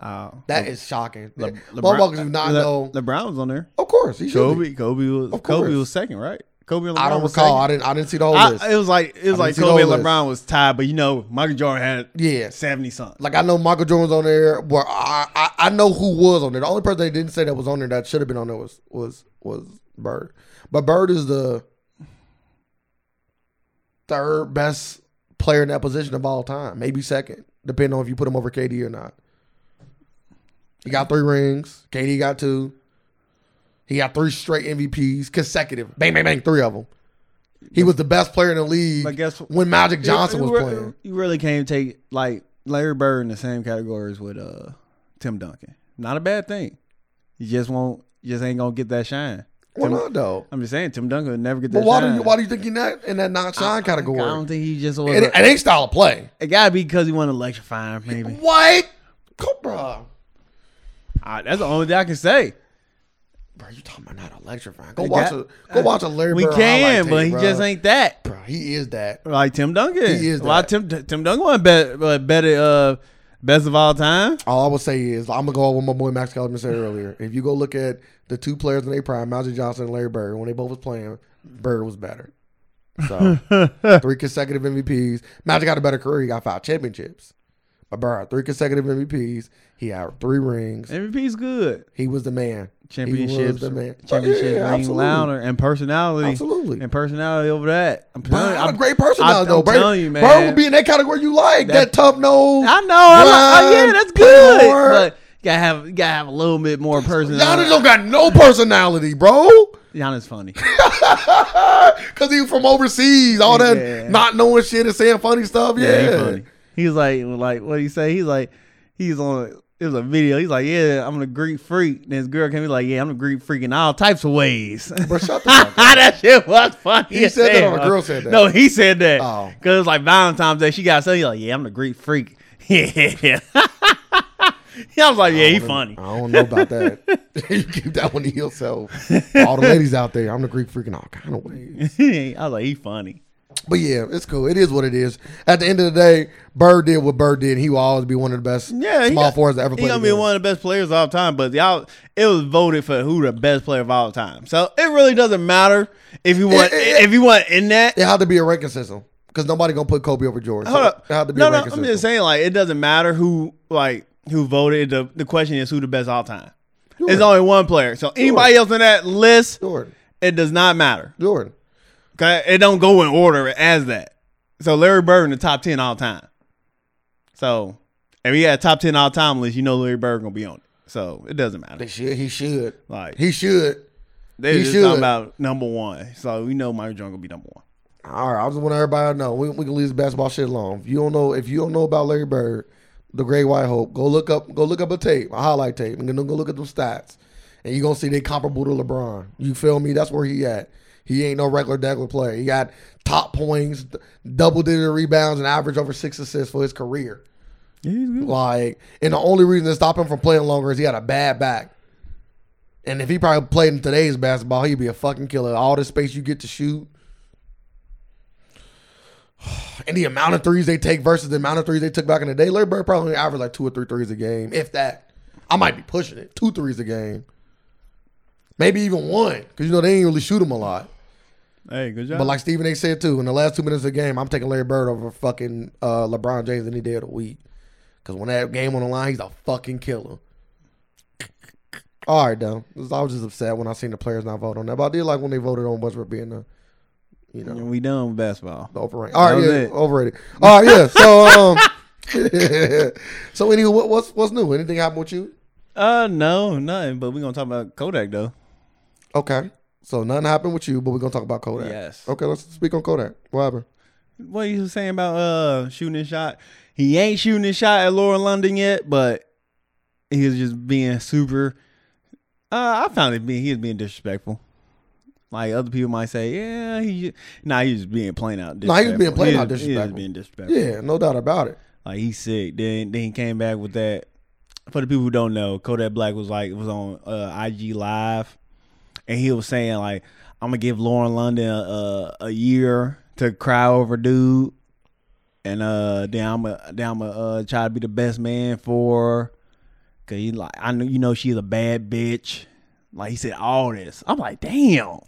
Oh.
That is shocking.
Le-
Motherfuckers do not
Le-
know.
LeBron was on there.
Of course, he should. be.
Kobe, Kobe was
Of
Kobe
course.
was second, right? Kobe and LeBron
I don't
was
recall.
second.
I didn't. I didn't see the whole
I-
list.
it was like it was
I
like
didn't see the
Kobe and
whole list.
LeBron was tied, but you know Michael Jordan had
yeah,
seventy something.
like I know Michael Jordan's on there. Where I, I I know who was on there. The only person they didn't say that was on there that should have been on there was was was Bird. But Bird is the third best player in that position of all time, maybe second, depending on if you put him over KD or not. He got three rings. KD got two. He got three straight MVPs consecutive. Bang, bang, bang, three of them. He was the best player in the league.
But guess what?
when Magic Johnson
you,
was
you re-
playing.
You really can't take like Larry Bird in the same categories with uh Tim Duncan. Not a bad thing. You just won't you just ain't gonna get that shine.
Well, not though.
I'm just saying Tim Duncan would never get that
But why
shine.
do you why do you think he's not in that non shine
I don't
category?
think he just was
It, it
a-
ain't style of play.
it gotta be because he wanted to electrify him, maybe.
What? Come, bro.
Ah, that's the only thing I can say.
Bro, you talking about not electrifying? Go
It
watch
got-
a go watch a Larry
We
Bird
can,
highlight
but
tape,
he
bro.
just ain't that.
Bro, he is that.
Like Tim Duncan.
He is
Why
that.
Tim Tim Duncan wasn't bet, but better uh best of all time.
All I would say is I'm gonna go with my boy Max Kellerman said earlier. If you go look at the two players in their prime, Magic Johnson and Larry Bird, when they both was playing, Bird was better.
(laughs)
So three consecutive MVPs. Magic got a better career. He got five championships. But Bird, had three consecutive MVPs. He had three rings.
MVP's good.
He was the man. He was
Championships,
the man.
championships
Yeah,
ring
absolutely.
louder, and personality,
Absolutely.
and personality over that. I'm
Bird,
telling you,
I'm, a
I'm-
great person
I'm-
now, though.
I'm
Bird,
telling you, man.
Bird would be in that category you like. That,
That-
tough nose.
I know. I'm like, oh yeah,
Grind,
that's
play
good.
hard.
But you gotta have you gotta have a little bit more
Giannis
personality.
don't got no personality, bro.
Giannis funny.
Cause he was from overseas. All that
Yeah.
not knowing shit and saying funny stuff. Yeah.
Yeah, he funny. He's like, like what he say? He's like, he's on. It was a video. He's like, yeah, I'm a Greek freak. And his girl came. He's like, yeah, I'm a Greek freak in all types of ways.
Bro, shut the fuck
(laughs)
up.
that shit was funny.
He
as
said that
hell.
or the girl said that?
No, he said that.
Oh.
Because like Valentine's Day, she got something. He's like, yeah, I'm the Greek freak. (laughs) Yeah. (laughs) I was like, yeah, he funny.
I don't know about that. (laughs) you keep that one to yourself. All the ladies out there, I'm the Greek freaking all kind of ways.
(laughs) I was like, he funny.
But yeah, it's cool. It is what it is. At the end of the day, Bird did what Bird did. He will always be one of the best
Yeah, he
small
got-
forwards to ever
He
play.
gonna be
together.
one of the best players of all time, but y'all, it was voted for who the best player of all time. So it really doesn't matter if you want
It- it-
if you want in that.
It had to be a ranking system because nobody gonna put Kobe over Jordan.
Hold
so
up,
It had to be
no,
a
no,
ranking
I'm
system.
just saying like it doesn't matter who like who voted. The the question is who the best all time. It's
Jordan.
only one player. So anybody else in that list,
Jordan,
it does not matter.
Jordan.
Okay, it don't go in order as that. So Larry Bird in the top ten all time. So if he had a top ten all time list, you know Larry Bird gonna be on it. So it doesn't matter.
They should. He should.
Like
He should.
They
He
just
should.
talking about number one. So we know Michael Jordan gonna be number one.
All right. I just want everybody to know we, we can leave this basketball shit alone. If you don't know, if you don't know about Larry Bird, the Great White Hope, go look up. Go look up a tape, a highlight tape, and then go look at them stats. and you're gonna see they comparable to LeBron. You feel me? That's where he at. He ain't no regular degular player. He got top points, d- double digit rebounds, and average over six assists for his career.
Yeah, he's good.
Like, and the only reason to stop him from playing longer is he had a bad back. And if he probably played in today's basketball, he'd be a fucking killer. All the space you get to shoot. (sighs) And the amount of threes they take versus the amount of threes they took back in the day, Larry Bird probably averaged like two or three threes a game, if that. I might be pushing it. Two threes a game. Maybe even one, because, you know, they ain't really shoot them a lot.
Hey, good job.
But like Stephen A said too, in the last two minutes of the game, I'm taking Larry Bird over fucking uh, LeBron James any day of the week. Cause when that game on the line, he's a fucking killer. All right, though. I was just upset when I seen the players not vote on that. But I did like when they voted on Westbrook being the, you know,
we done with basketball.
the overrated. All right,
was
yeah,
it.
overrated. All right, yeah. So, um, (laughs) so anyway, what, what's what's new? Anything happened with you?
Uh, no, nothing. But we gonna talk about Kodak though.
Okay. So nothing happened with you, but we're gonna talk about Kodak.
Yes.
Okay, let's speak on Kodak. What happened?
What you was saying about uh shooting his shot? He ain't shooting his shot at Laura London yet, but he was just being super. Uh, I found it being he was being disrespectful. Like other people might say, yeah, he ju- nah, he was being plain out.
Nah, he was being plain out
He was
disrespectful.
being disrespectful.
Yeah, no doubt about it.
Like he's sick. Then then he came back with that. For the people who don't know, Kodak Black was like was on uh, IG Live, and he was saying like, "I'm gonna give Lauren London a, a, a year to cry over dude, and uh then I'm a then I'm a uh, try to be the best man for, her. cause he like I know you know she's a bad bitch." Like he said all this, I'm like, "Damn."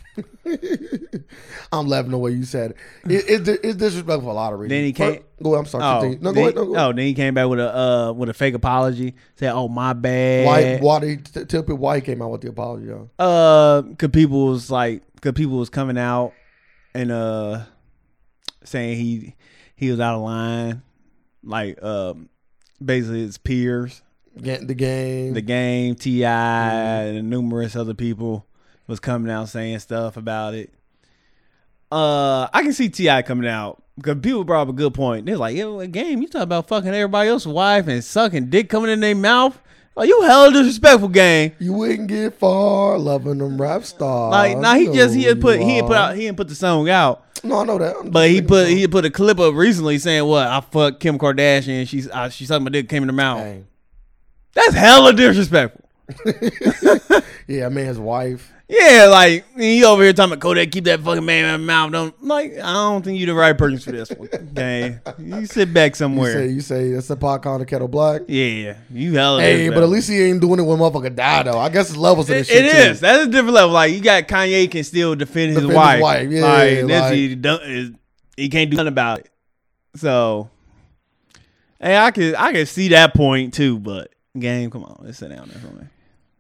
I'm laughing the way you said it. it, it it's disrespectful for a lot of reasons.
Then he can't-
First- Go ahead, I'm sorry. continue. No, go
then,
ahead. No, go ahead.
oh, then he came back with a uh with a fake apology. Said, "Oh my bad."
Why? Why did he t- tell people why he came out with the apology? Yo?
uh cause people was like cause people was coming out and uh saying he he was out of line like um basically his peers
Get the game.
the game ti and numerous other people was coming out saying stuff about it uh i can see ti coming out because people brought up a good point they're like yo game you talking about fucking everybody else's wife and sucking dick coming in their mouth like you hella disrespectful game
you wouldn't get far loving them rap stars.
Like, nah, he
You
just
know
he had
who
put
you
he had put
are.
out he didn't put the song out,
No, I know that. I'm
but he
just
put
thinking
he had put a clip up recently saying what I fucked Kim Kardashian. She's I, she sucked my dick, came in the mouth.
about- Dang.
That's hella disrespectful.
Yeah, man's wife.
Yeah, like and he over here talking about Kodak, keep that fucking man in my mouth. Don't like I don't think you the right person for this
(laughs)
one. Dang, you sit back
You
somewhere.
say you say that's the pot calling the kettle black.
yeah, you hella.
Hey, but
disrespectful.
at least he ain't doing it when motherfucker die though. I guess it's levels to this
It,
shit.
it
too.
is. That's a different level. Like you got Kanye can still defend his
Defend his
wife.
wife, yeah,
like, that's-
like-
he, don't- is- he can't do nothing about it. So, hey, I could I could see that point too. But game, come on, let's sit down there for me.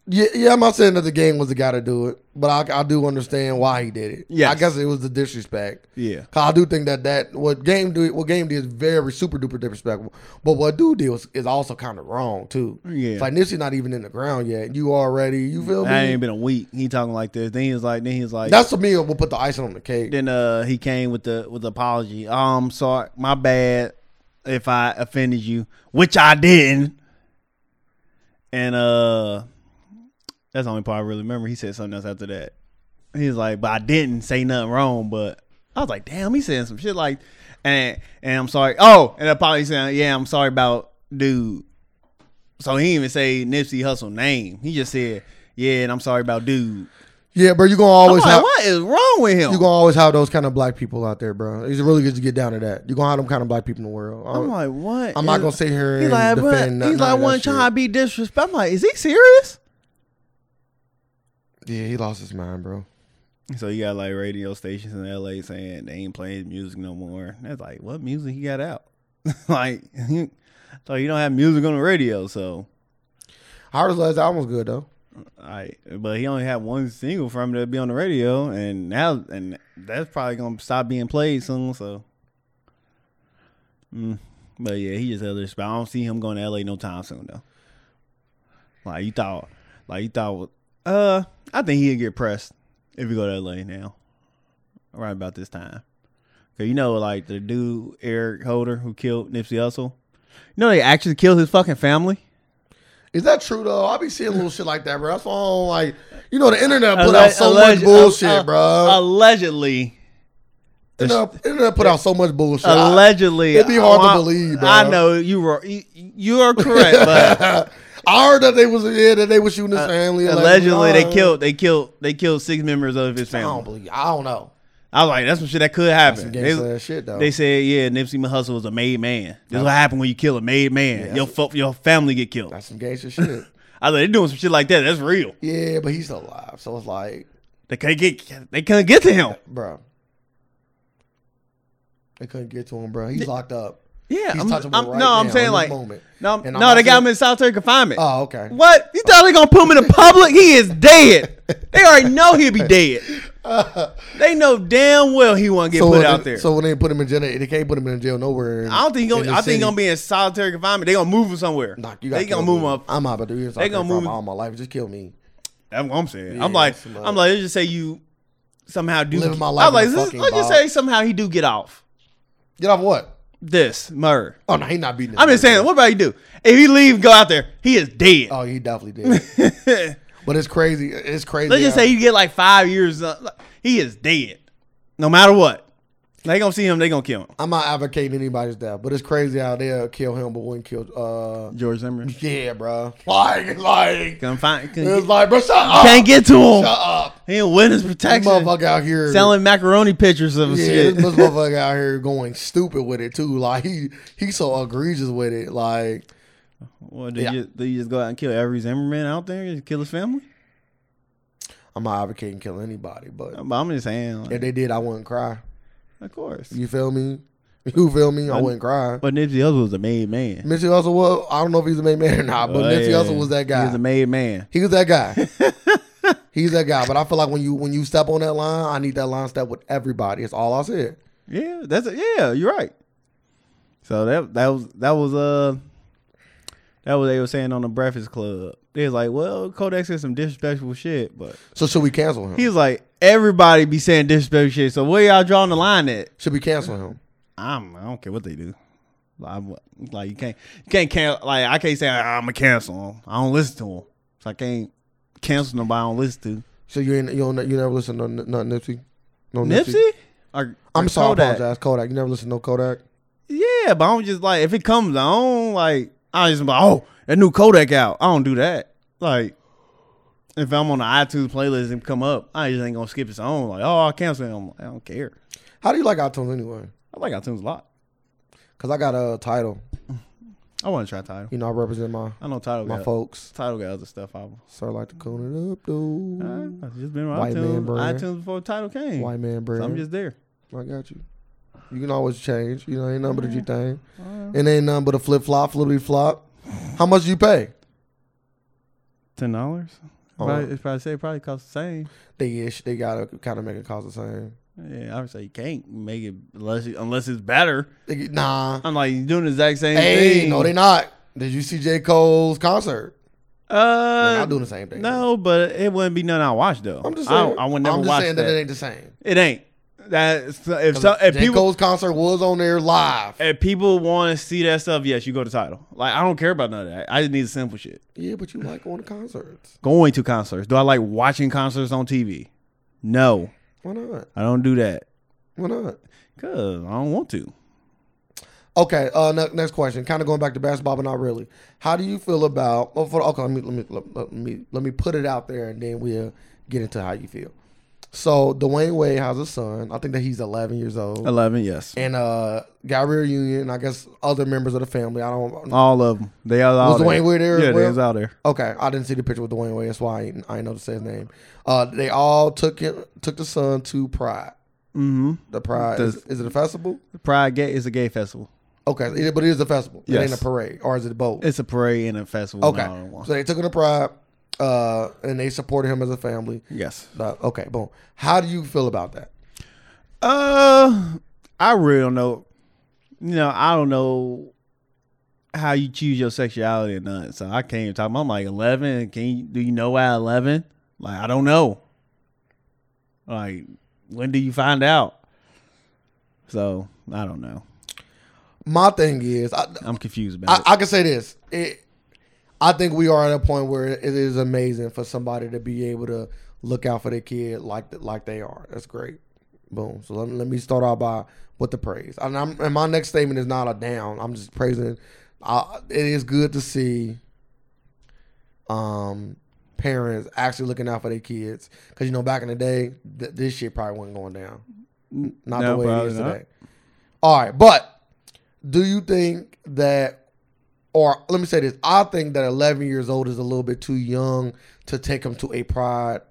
Yeah, yeah, I'm not saying that the game was the guy to do it, but I, I do understand why he did it.
Yes.
I guess it was the disrespect.
Yeah,
'Cause I do think that that what game do what game did is very super duper disrespectful, but what dude did was, is also kind of wrong too.
Yeah.
it's like Nipsey not even in the ground yet. You already you feel
that
me?
ain't been a week. He talking like this. Then he was like, then he was like,
That's to me. We'll put the icing on the cake.
then uh he came with the with the apology. Um, sorry, my bad if I offended you, which I didn't. And uh that's the only part I really remember. He said something else after that. He was like, "But I didn't say nothing wrong." But I was like, "Damn, he saying some shit like," and and I'm sorry. Oh, and apology saying, "Yeah, I'm sorry about dude." So he didn't even say Nipsey Hustle name. He just said, "Yeah, and I'm sorry about dude."
Yeah, bro, you gonna
I'm
always
like,
have
what is wrong with him?
you gonna always have those kind of black people out there, bro. It's really good to get down to that. You gonna have them kind of black people in the world. I
I'm
don't-
like, what?
Oh, I'm not
is-
gonna sit here
He's
and
like, "Bruh,"
defend. none-
he's
none
like
of that
one
shit.
trying to be disrespectful. I'm like, is he serious?
Yeah, he lost his mind, bro.
So you got like radio stations in LA saying they ain't playing music no more. That's like, what music he got out? (laughs) like, so you don't have music on the radio. So,
Howard's last album was good though.
I but he only had one single from it to be on the radio, and now and that's probably gonna stop being played soon. So, mm. but yeah, he just held this. But I don't see him going to LA no time soon though. Like you thought, like you thought. Uh, I think he'd get pressed if he go to LA now, right about this time. Cause you know, like the dude Eric Holder who killed Nipsey Hussle. You know they actually killed his fucking family.
Is that true though? I be seeing little shit like that, bro. That's why I don't like. You know, the internet put
Alle-
out so
alleged-
much bullshit,
uh,
bro.
Allegedly,
internet, internet put out so much bullshit. I-
allegedly, Oh,
it'd be hard to
I-
believe, bro.
I know you were you, you are correct, but
(laughs) (laughs) I heard that they was yeah that they was shooting his family.
Uh, allegedly they
uh,
killed they killed they killed six members of his
I don't
family.
believe. I don't know.
I was like, that's some shit that could
Some
happen.
gangsta
They,
ass shit though.
they said, yeah, Nipsey Hussle was a made man. This is what happened when you kill a made man. your fu- your family get killed.
That's some gangster shit. (laughs)
I was like, they're doing some shit like that. That's real.
yeah, but he's still alive, so it's like,
They can't get they couldn't get to him.
bro, they couldn't get to him, bro. He's locked up.
Yeah,
He's
I'm,
touchable
I'm-
right
no,
now
I'm saying
in this
like
moment.
no, I'm-
And I'm
no, they
not
got
saying-
him in solitary confinement.
Oh, okay.
What? You thought they gonna put him in the public? He is dead. They already know he'll be dead.
(laughs)
They know damn well he won't get put
when
out
they-
there.
So when they put him in jail, they can't put him in jail nowhere. in-
I don't think he gonna,
in
I
the
think he
city.
gonna be in solitary confinement. They gonna move him somewhere.
Nah, you gotta
they gonna
kill
move
me.
him. Up.
I'm about to do this.
They gonna move him-
all my life. Just kill me.
That's what I'm saying.
Yeah,
I'm like,
that's a lot.
I'm like, let's just say you somehow do.
Living my
I
life
was like,
in a
let's,
fucking
let's just
box.
say somehow he do get off
Get off what?
this murder.
Oh no, he not beating.
I'm just saying. What about you do? If he leave, go out there. He is dead. (laughs)
Oh, he definitely did. but it's crazy. It's crazy.
Let's just
how-
say you get like five years. uh, like, He is dead, no matter what. They gonna see him. They gonna kill him.
I'm not advocating anybody's death, but it's crazy how they'll kill him but wouldn't kill. Uh,
George Zimmerman
yeah, bro. Like, like
can find. Can
it's
get,
like, bro, shut up,
can't get to him.
shut up.
He in witness
This
protection.
motherfucker out here
Selling macaroni pictures of
Yeah,
shit. (laughs)
this this motherfucker out here going stupid with it too. Like he he so egregious with it. Like
Well, do,
Yeah.
you, do you just go out and kill every Zimmerman out there and kill his family?
I'm not advocating killing anybody, but
But I'm just saying, like,
if they did, I wouldn't cry.
of course.
You feel me? (laughs) You feel me? I wouldn't cry.
But Nipsey Hussle was a made man.
Nipsey Hussle was. I don't know if he's a main man or not, but
Oh,
Nipsey
yeah.
Hussle was that
He
guy.
was a made man.
He was that guy.
(laughs)
He's that guy. But I feel like when you when you step on that line, I need that line step with everybody. It's all I said.
Yeah, that's a, yeah. You're right. So that that was that was uh that was they were saying on the Breakfast Club. They was like, well, Kodak said some disrespectful shit, but
So should we cancel him?
he was like, everybody be saying disrespectful shit. So where y'all drawing the line at?
should we cancel him?
I'm I don't care what they do. I'm like you can't you can't can like I can't say I'm gonna cancel him. I don't listen to him, so I can't cancel nobody I don't listen to.
So you ain't you don't you never listen to nothing Nipsey? No
Nipsey? Or,
I'm
or
sorry, I
Kodak?
apologize, Kodak. You never listen to no Kodak?
Yeah, but I'm just like if it comes on, like I just be like oh that new Kodak out. I don't do that. Like if I'm on the iTunes playlist and come up, I just ain't gonna skip its own. Like oh I cancel him. I don't care.
How do you like iTunes anyway?
I like iTunes a lot.
Cause I got a title.
I want to try title.
You know, I represent my
I know title.
my
got,
folks.
title got other stuff. I
So I like to cone it up though.
I've just been on
Mm. White man
iTunes,
brand.
iTunes before the title came.
White man brand.
So I'm just there.
I got you. You can always change. You know, ain't nothing but a G thing. And ain't nothing but a flip flop, flippity flop. How much you pay?
Ten dollars.
Oh.
Probably, it's probably say it probably costs the same.
They ish. They gotta kind of make it cost the same.
Yeah, I would say you can't make it unless it- unless it's better.
They get- Nah.
I'm like you're doing the exact same
Hey,
thing.
no, they not. Did you see J Cole's concert?
Uh,
They're not doing the same thing.
No, but it wouldn't be nothing I watch though.
I'm just
I-
saying.
I, would never
I'm just
watch
saying
that.
that. it ain't the same.
It ain't. That if so,
So,
if
J
people
Cole's concert was on there live.
if people want to see that stuff, yes, you go to title. Like I don't care about none of that. I just need the simple shit.
Yeah, but you like going to concerts?
Going to concerts. Do I like watching concerts on TV? No,
Why not?
I don't do that
Why not?
because I don't want to.
Okay. Uh, ne- next question. Kind of going back to basketball, but not really. How do you feel about? Well, for, okay, let me let me let, let me let me put it out there, and then we'll get into how you feel. So Dwayne Wade has a son. I think that he's 11 years old,
Eleven, yes,
and uh, got reunion. and I guess other members of the family. I don't.
all of them. They all out
Was Dwayne Wade there as
Yeah, they
well?
was out there.
Okay, I didn't see the picture with Dwayne Wade. That's why I ain't, I ain't know to say his name. Uh, they all took it took the son to Pride.
Mm-hmm.
The Pride
Does-
is, is it a festival?
Pride Gay is a gay festival.
Okay, it- but it is a festival. It
Yes.
ain't a parade, or is it both?
It's a parade and a festival.
Okay.
all in one.
So they took him to Pride, uh, and they supported him as a family.
Yes.
Uh, okay, boom. How do you feel about that?
Uh, I really don't know. You know, I don't know how you choose your sexuality or not. So I can't even talk. I'm like eleven. Can you do you know at eleven? Like I don't know. Like when do you find out? So I don't know.
My thing is, I,
I'm confused about
I, I can say this. It, I think we are at a point where it is amazing for somebody to be able to look out for their kid like like they are. That's great. Boom. So let, let me start out by with the praise. And, I'm, and my next statement is not a down. I'm just praising. I, it is good to see um, parents actually looking out for their kids. Because, you know, back in the day, th- this shit probably wasn't going down. Not
No,
the way it
probably
is
not.
today. All right. But do you think that or let me say this i think that 11 years old is a little bit too young to take him to a pride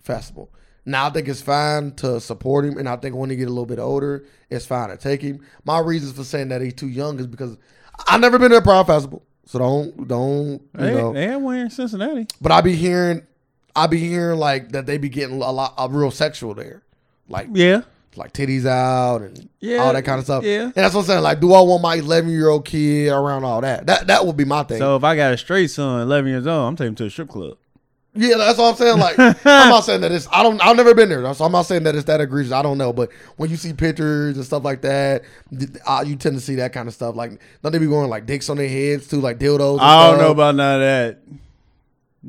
festival now i think it's fine to support him and i think when he get a little bit older it's fine to take him my reasons for saying that he's too young is because i've never been to a pride festival so don't don't you
They,
know
they had one here in Cincinnati.
but i be hearing i be hearing like that they be getting a lot a real sexual there like
Yeah.
like titties out and
Yeah,
all that kind of stuff
yeah.
and that's what i'm saying like do i want my 11 year old kid around all that that that would be my thing
So if I got a straight son, eleven years old, I'm taking him to a strip club.
Yeah, that's what I'm saying.
(laughs)
Like, I'm not saying that it's. I don't. I've never been there, so I'm not saying that it's that egregious. I don't know, but when you see pictures and stuff like that, th- uh, you tend to see that kind of stuff. Like, don't they be going like dicks on their heads too, like dildos? and
I don't know
stuff?
about none of that.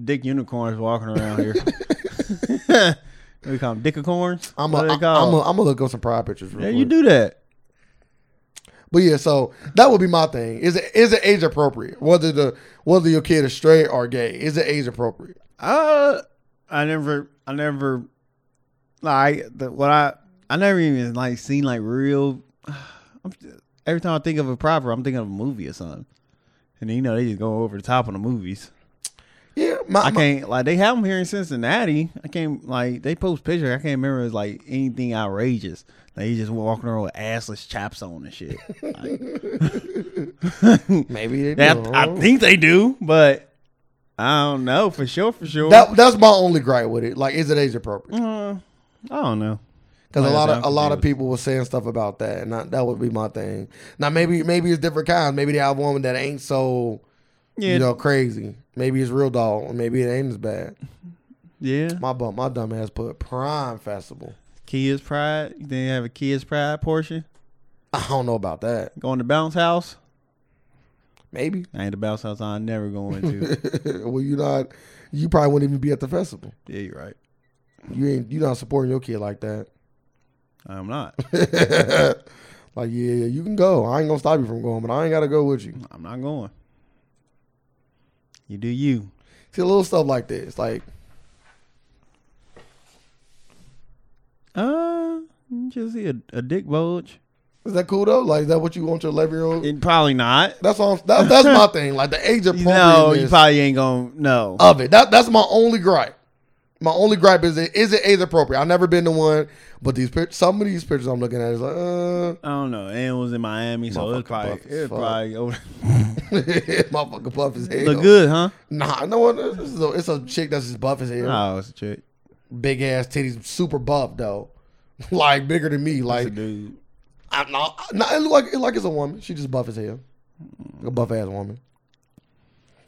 Dick unicorns walking around (laughs) here. What we call them dickicorns.
I'm
What
a,
do they
I'm
call
a,
them?
I'm gonna look up some pride pictures. Real
Yeah,
quick.
you do that.
But yeah, so that would be my thing. Is it is it age appropriate? Whether the whether your kid is straight or gay, is it age appropriate?
Uh, I never, I never, like the, what I, I never even like seen like real. (sighs) I'm, every time I think of a proper, I'm thinking of a movie or something. And you know they just go over the top of the movies.
Yeah, my,
I
my-
can't like they have them here in Cincinnati. I can't like they post picture. I can't remember like anything outrageous. They just walking around with assless chaps on and shit. Like-
maybe they do.
That-
I
I
don't know.
think they do, but I don't know for sure. For sure,
that that's my only gripe with it. Like, is it age appropriate?
Uh, I don't know.
Because
Like
a
I
lot
said,
of
I'm
a lot of
confused.
people were saying stuff about that, and I, that would be my thing. Now maybe maybe it's different kinds. Maybe they have one that ain't so
Yeah,
you know crazy. Maybe it's real dog, or maybe it ain't as bad.
yeah.
My bum, my dumb ass put prime festival.
Kids pride. They have a kids pride portion.
I don't know about that.
Going to bounce house.
Maybe. (laughs)
I ain't the bounce house. I never going to.
well, you not. You probably wouldn't even be at the festival.
yeah, you're right.
You ain't. You not supporting your kid like that.
I'm not.
like yeah, yeah, you can go. I ain't gonna stop you from going, but I ain't gotta go with you.
I'm not going. You do you.
See little stuff like this, like
Uh, you just see a, a dick bulge.
is that cool though? Like is that what you want your eleven year old?
It, probably not.
That's all. That, that's my thing. Like the age appropriateness
No, (laughs) you probably ain't gonna. No.
of it. That that's my only gripe. My only gripe is it is it age appropriate. I've never been to one, but these pic- some of these pictures I'm looking at is like, uh,
I don't know. And it was in Miami, so
Motherfucker
it's probably
buff as
it's
fuck.
probably over. (laughs)
(laughs) motherfucker uh, buff as hell.
look good, huh?
Nah, no one. This is a, it's a chick that's just buff as hell.
Oh, it's a chick.
Big ass titties, super buff though, (laughs) like bigger than me.
It's a
Like
dude.
I'm not. Nah, it look like it like it's a woman. She just buff as hell, a buff ass woman.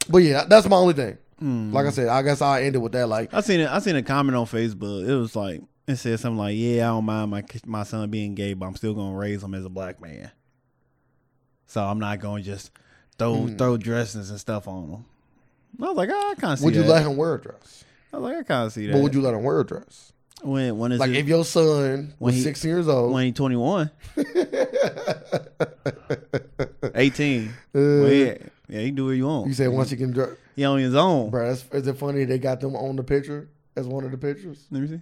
But yeah, that's my only thing.
Hmm.
Like I said, I guess I ended with that. Like
I seen it. I seen a comment on Facebook. It was like it said something like, "Yeah, I don't mind my ki- my son being gay, but I'm still gonna raise him as a black man. So I'm not gonna just throw
Hmm.
throw dresses and stuff on him." And I was like, oh, I kind of see
would you
that."
let him wear a dress?
I was like, I kind of see that.
But would you let him wear a dress?
when when is
Like
it-
if your son
When
was
he-
16 years old,
when he 21,
(laughs)
18. Well, yeah, yeah, he can do what you
uh, you
want.
said once you can dress.
He on his own.
Bro, that's, is it funny they got them on the picture as one of the pictures?
Let me see.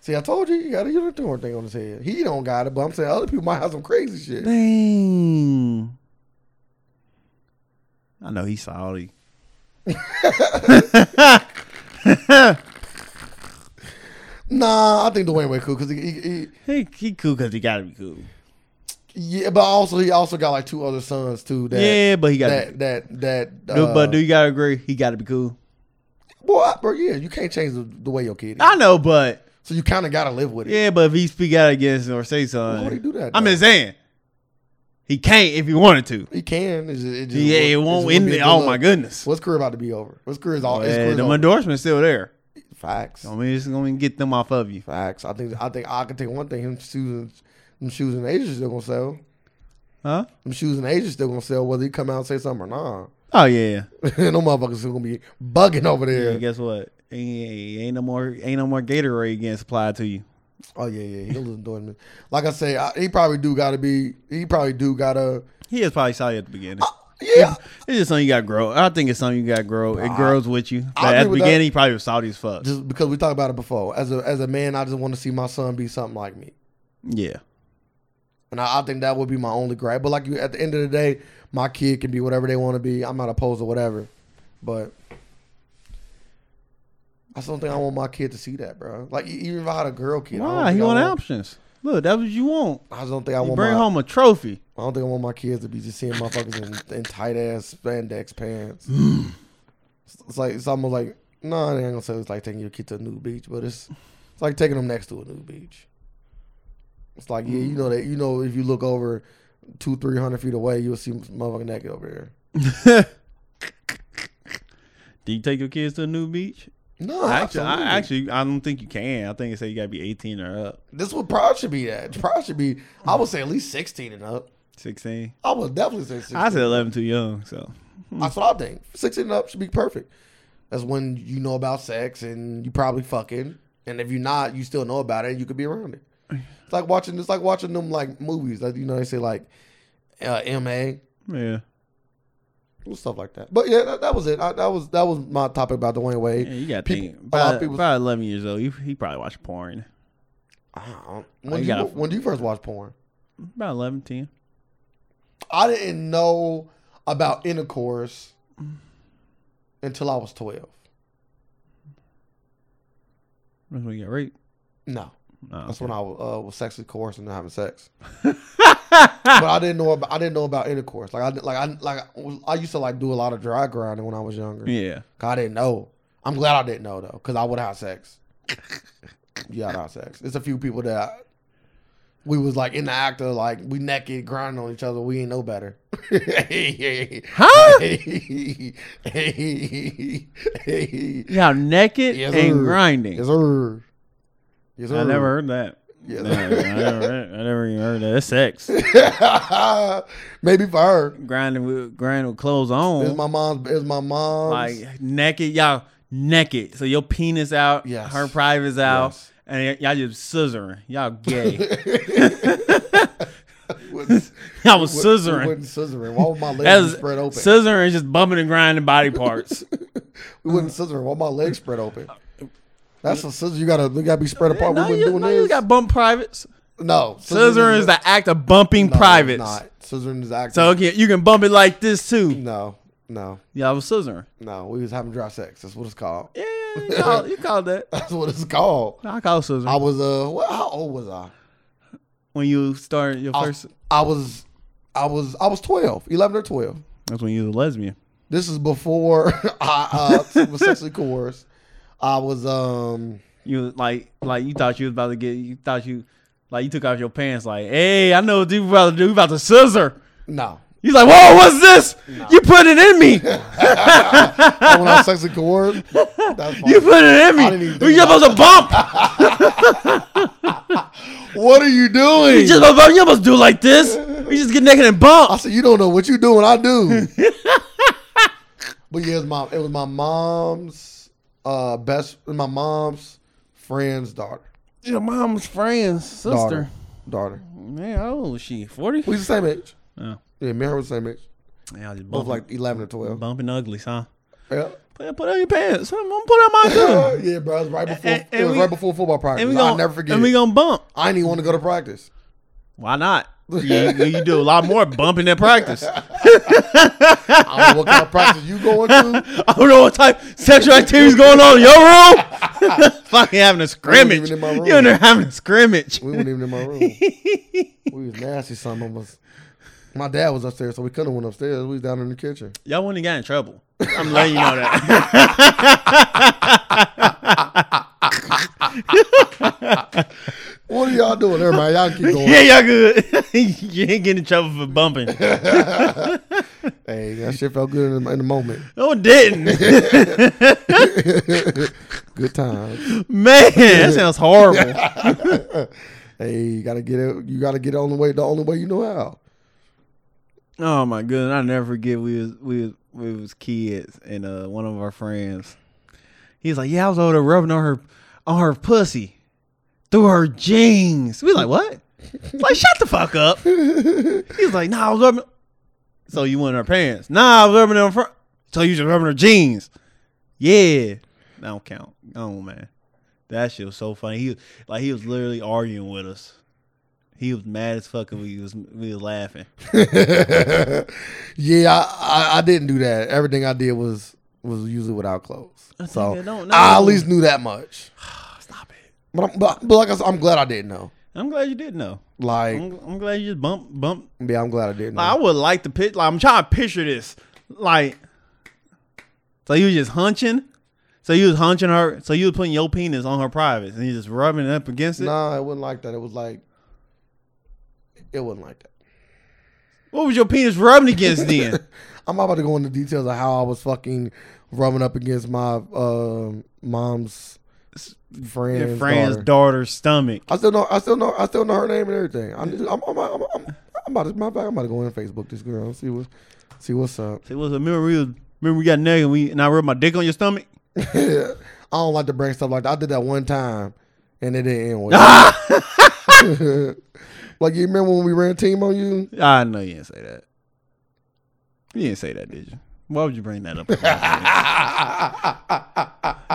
See, I told you, you got to you don't do one thing on his head. He don't got it, but I'm saying other people might have some crazy shit.
Dang. I know he's salty.
Nah, I think Dwayne way cool because he, he, he,
He, he cool because he got to be cool.
yeah, but also he also got like two other sons too. That,
yeah, but he got. to
that that that.
do,
uh,
but do you gotta agree? He got to be cool.
boy, bro, yeah, you can't change the, the way your kid. Is.
I know, but
So you kind of got to live with it.
yeah, but if he speak out against or say
Why would he
something,
do that?
I'm
though?
just saying he can't if he wanted to.
He can. It's just, it just
Yeah, it won't
just
end.
be a
it.
good
Oh
look.
my goodness!
What's career about to be over? What's career is all? his
Hey,
career's
the
over.
endorsement's still there.
Facts.
I mean, it's gonna get them off of you.
Facts. I think. I think I can take one thing. Him shoes. and- Them shoes and Asia's still gonna sell.
Huh?
Them shoes in Asia still gonna sell whether he come out and say something or not.
Oh yeah.
(laughs) no motherfuckers still gonna be bugging over
yeah.
there.
guess what? Ain't, ain't no more. Ain't no more Gatorade getting supplied to you.
Oh yeah, yeah, he'll listen to it. Like I say, I, he probably do gotta be. He probably do gotta.
He is probably solid at the beginning.
Oh, Yeah,
It's just something you got to grow. I think it's something you got to grow. It grows with you.
I
But at the
agree with that.
beginning, you probably was salty as fuck.
just because we talked about it before. As a as a man, I just want to see my son be something like me,
yeah.
and I, I think that would be my only gripe. But like you, at the end of the day, my kid can be whatever they want to be. I'm not opposed to whatever, but I just don't think I want my kid to see that, bro. Like e- even if I had a girl kid, I don't
Why?
think
He
I
want
want-
options. Look, that's what you want.
I just don't think I
You
want
bring
my,
home a trophy.
I don't think I want my kids to be just seeing motherfuckers in, in tight ass spandex pants.
Mm.
it's, it's like it's almost like no, I ain't gonna say it's like taking your kid to a new beach, but it's it's like taking them next to a new beach. It's like yeah, you know that you know if you look over two three hundred feet away, you'll see motherfucking naked over there.
Do you take your kids to a new beach?
No,
Actually,
absolutely.
I, actually, I don't think you can. I think they say you got to be 18 or up.
this would probably should be that. Probably should be. I would say at least sixteen and up.
16.
I would definitely say sixteen.
I said 11 too young, so. Mm.
That's what I think. Sixteen and up should be perfect. That's when you know about sex and you probably fucking. And if you're not, you still know about it. and You could be around it. It's like watching. It's like watching them like movies. Like you know they say like uh, M.A.
Yeah.
little stuff like that. But yeah, that, that was it. I, that was that was my topic about Dwayne Wade.
yeah you got to
People-
think.
a lot of
About,
people-
about 11 years old, he, he probably watched porn.
I don't-
Oh, you
When, did you,
gotta-
when did you first watch porn?
About 11, 10.
I didn't know about intercourse
Mm.
until I was twelve.
That's when you got raped.
No,
No. (laughs)
That's when I uh, was sexually coerced into having sex. but I didn't know about I didn't know about intercourse. Like I did- like I like I, was, I used to like do a lot of dry grinding when I was younger.
Yeah.
'Cause I didn't know. I'm glad I didn't know though, because I would have sex. yeah, I'd have sex. It's a few people that I, we was like in the act of like we naked grinding on each other. We ain't know better. (laughs)
Huh?
yes,
Yeah, naked
Yes,
and
sir.
grinding.
sir. Yes, sir.
I never heard that.
Yes,
No, I,
sir.
never, I never even heard that. That's sex.
(laughs) Maybe for her.
grinding with grinding with clothes
It's
on,
my mom's. It's my mom's.
like naked, y'all naked. So your penis out,
Yes.
her privates out,
Yes.
and y- y'all just scissoring.
(laughs)
Y'all (laughs) gay.
Wouldn't-
y'all was
wouldn't-
scissoring.
Wouldn't scissoring. Why would my legs
That's
be spread open?
scissoring is just bumping and grinding
(laughs)
body parts.
we wouldn't scissoring. Why my legs spread open? That's a scissor. You gotta. You gotta be spread apart.
no,
we
you,
wouldn't doing
no, you
this.
got bump privates.
no,
Scissoring is the act of bumping
no, it's
privates.
Not scissoring is acting.
So okay, you can bump it like this too.
no, no,
Y'all was scissoring.
no. We was having dry sex. That's what it's called. (laughs)
Yeah, you call, you call that.
That's what it's called.
I call it scissoring.
I was uh. What, how old was I?
when you started your
I
first.
was, I was. I was. I was 12, 11 or twelve.
That's when you was a lesbian.
This is before (laughs) I uh, was sexually coerced. I was um
You was like like you thought you was about to get. You thought you like you took off your pants. Like, hey, I know what you about to do. You about to scissor.
no.
He's like, whoa, what's this? You put it
(laughs)
in me.
Oh, when I was sexually coerced, that's
You
fine.
put it in
I didn't even
me.
think
You're
about
supposed to bump.
(laughs) what are you
You
doing?
just supposed to bump. You're supposed to do like this. You just get naked and
I
bump.
said you don't know what you do when I do. but yeah, it was my it was my mom's uh best my mom's friend's daughter
Your mom's friend's
daughter daughter.
Man, how old was she? Forty.
We was the same age.
Oh,
Yeah, me and her was the same age.
yeah, just
Both
bumping,
like eleven or twelve.
bumping uglies, huh? (clears throat)
Yeah.
Put, put on your pants. I'm gonna put on mine
(laughs)
too.
yeah, bro. It was right before
And- and
it was
we-
right before football practice.
And we
I'll
gonna
never forget.
And we
it.
gonna bump.
I didn't even want to go to practice.
Why
(laughs)
not? You, you you do a lot more bumping in practice. (laughs)
I don't know what kind of practice you going to.
I don't know what type of sexual activity is going on in your room. (laughs) Fucking having a scrimmage.
even in my room.
You in there having a scrimmage.
(laughs) We weren't even in my room. we was nasty, some of us. My dad was upstairs, so we couldn't have went upstairs. We was down in the kitchen.
(laughs) Y'all wouldn't have got in trouble. I'm letting you know that.
(laughs)
(laughs)
What are y'all doing there, man? Y'all keep (laughs) going.
yeah, y'all good. (laughs) you ain't getting in trouble for bumping.
Hey, that shit felt good in the, in the moment. (laughs)
No, it didn't. (laughs)
Good times.
Man, that sounds horrible.
Hey, you gotta get it. You gotta get it on the way. The only way you know how. (laughs)
Oh my goodness! I never forget we was we was, we was kids and uh one of our friends, he was like, "Yeah, I was over there rubbing on her on her pussy through her jeans." We like, (laughs) "What?" like, shut the fuck up. He's like, "Nah, I was rubbing." So you went in her pants? Nah, I was rubbing on front. So you just rubbing her jeans? Yeah, that don't count. Oh man, that shit was so funny. He was- like he was literally arguing with us. He was mad as fuck, and we was we was laughing.
yeah, I, I, I didn't do that. Everything I did was was usually without clothes. So
nigga, don't-
I at
no.
least knew that much.
Stop it.
But, I'm- but, but like I said, I'm glad I didn't know.
I'm glad you did know.
Like,
I'm, I'm glad you just bump bump.
yeah, I'm glad I didn't know.
Like, I would like to pitch. Like I'm trying to picture this. Like, so you was just hunching. So you was hunching her. So you was putting your penis on her privates and you just rubbing it up against it.
nah, it wasn't like that. It was like, it wasn't like that.
What was your penis rubbing against
(laughs)
then?
I'm not about to go into details of how I was fucking rubbing up against my um mom's friend's,
Your friend's
daughter.
daughter's stomach.
I still know. I still know. I still know her name and everything. I'm. Just, I'm, I'm, I'm, I'm, I'm about to. Matter of fact, I'm about to go in and Facebook this girl. and See what. See what's up. (laughs)
It was a remember we was, remember we got naked and we and I rubbed my dick on your stomach.
I don't like to bring stuff like that. I did that one time, and it didn't end well.
(laughs)
(laughs) like you remember when we ran team
(laughs)
on you?
I know you didn't say that. You didn't say that, did you? Why would you bring that
(laughs)
up?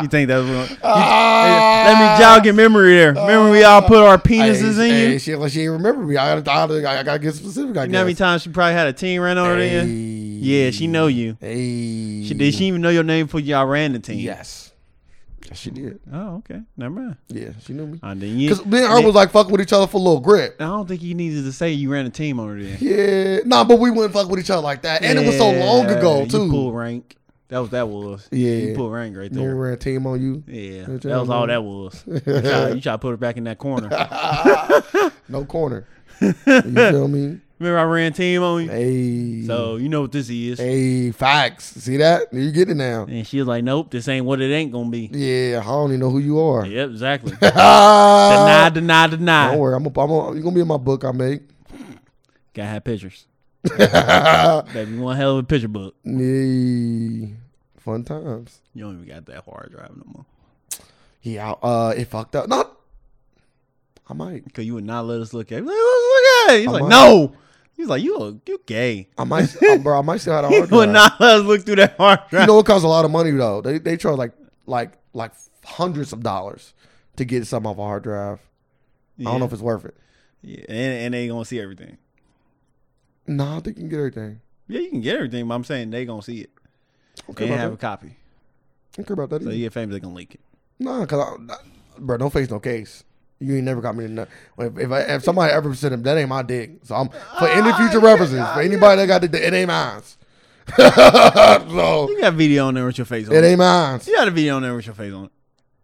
you think that was wrong?
Uh,
Hey, let me jog your memory there. Remember we all put our penises in
hey, hey,
you?
She, like, she ain't remember me. I gotta, I gotta, I gotta get specific. I
you know how many
guess.
times she probably had a team ran over there? Yeah, she know you.
Hey.
She did she even know your name before y'all ran the team?
Yes. Yes, She did.
Oh, okay. Never mind.
Yeah, she knew me.
I didn't you,
Because me and her was like fucking with each other for a little grip.
I don't think you needed to say you ran a team over there.
Yeah. Nah, but we wouldn't fuck with each other like that. And it was so long
Yeah,
ago,
You
too.
pulled rank. That was that was.
Yeah.
You pulled rank right
When we
there.
ran team on you.
Yeah.
Yeah,
That was all that was. You try, you try to put her back in that
(laughs)
corner.
No corner.
(laughs)
you feel me?
Remember I ran team on you?
Hey.
So you know what this is.
Hey, facts. See that? You get it now.
And she was like, Nope, this ain't what it ain't gonna be.
Yeah, I don't even know who you are.
Yep,
(laughs)
exactly.
Ah!
(laughs) deny, deny, deny.
Don't worry. I'm gonna, I'm gonna, you're gonna be in my book I make.
Gotta have
(laughs)
pictures. Baby, one hell of a picture book.
Yay. Fun times.
You don't even got that hard drive no more.
Yeah, uh, it fucked up. Not. I might.
Because you would not let us look at it. Let's look at it. He's
I
like,
might.
no. He's like, you a- you gay.
I might. (laughs) uh, bro, I might still have a
He
hard
would
drive.
not let us look through that hard
You
drive.
know, it costs a lot of money though. They they charge like like like hundreds of dollars to get something off a hard drive. I don't know if it's worth it.
Yeah, and, and they gonna see everything.
Nah, they can get everything.
Yeah, you can get everything, but I'm saying they gonna see it.
Okay,
They
about
have
that.
a copy.
I don't care about that.
So
either.
yeah, famous they gonna leak it.
Nah, cause I, I- bro, no face, no case. You ain't never got me in that. If if, I, if somebody ever said him, that ain't my dick. So I'm for
Ah,
any future references, for anybody that got the, it ain't mine. (laughs) so
You got video on there with your face on
it
it.
ain't mine.
You got a video on there with your face on it.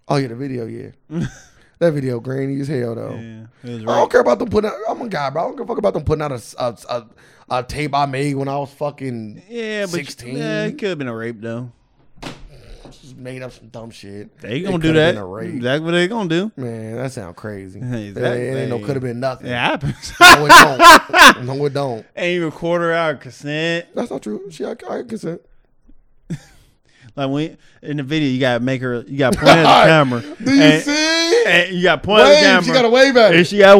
Oh yeah, the video,
(laughs)
yeah. that video grainy as hell though.
Yeah. It was
I
right.
don't care about them putting. Out, I'm a guy, bro. I don't give a fuck about them putting out a s- a, a, a tape I made when I was fucking
Yeah, but
16.
Yeah, it could have been a rape though.
just made up some dumb shit.
They
It
gonna do
coulda
that.
been a rape.
That's what they gonna do.
Man, that
(laughs)
sound crazy. It ain't no
Exactly.
could have been nothing.
It
(laughs)
happens.
No, it (laughs) don't. no, it don't.
and you record her out of consent.
That's not true. She, I, I consent.
Like when in the video, you gotta make her. You
(laughs)
gotta point at the camera.
Do you
and,
see?
and you gotta point at the
Wave.
camera.
She got to wave at
And
it.
she gotta
(laughs)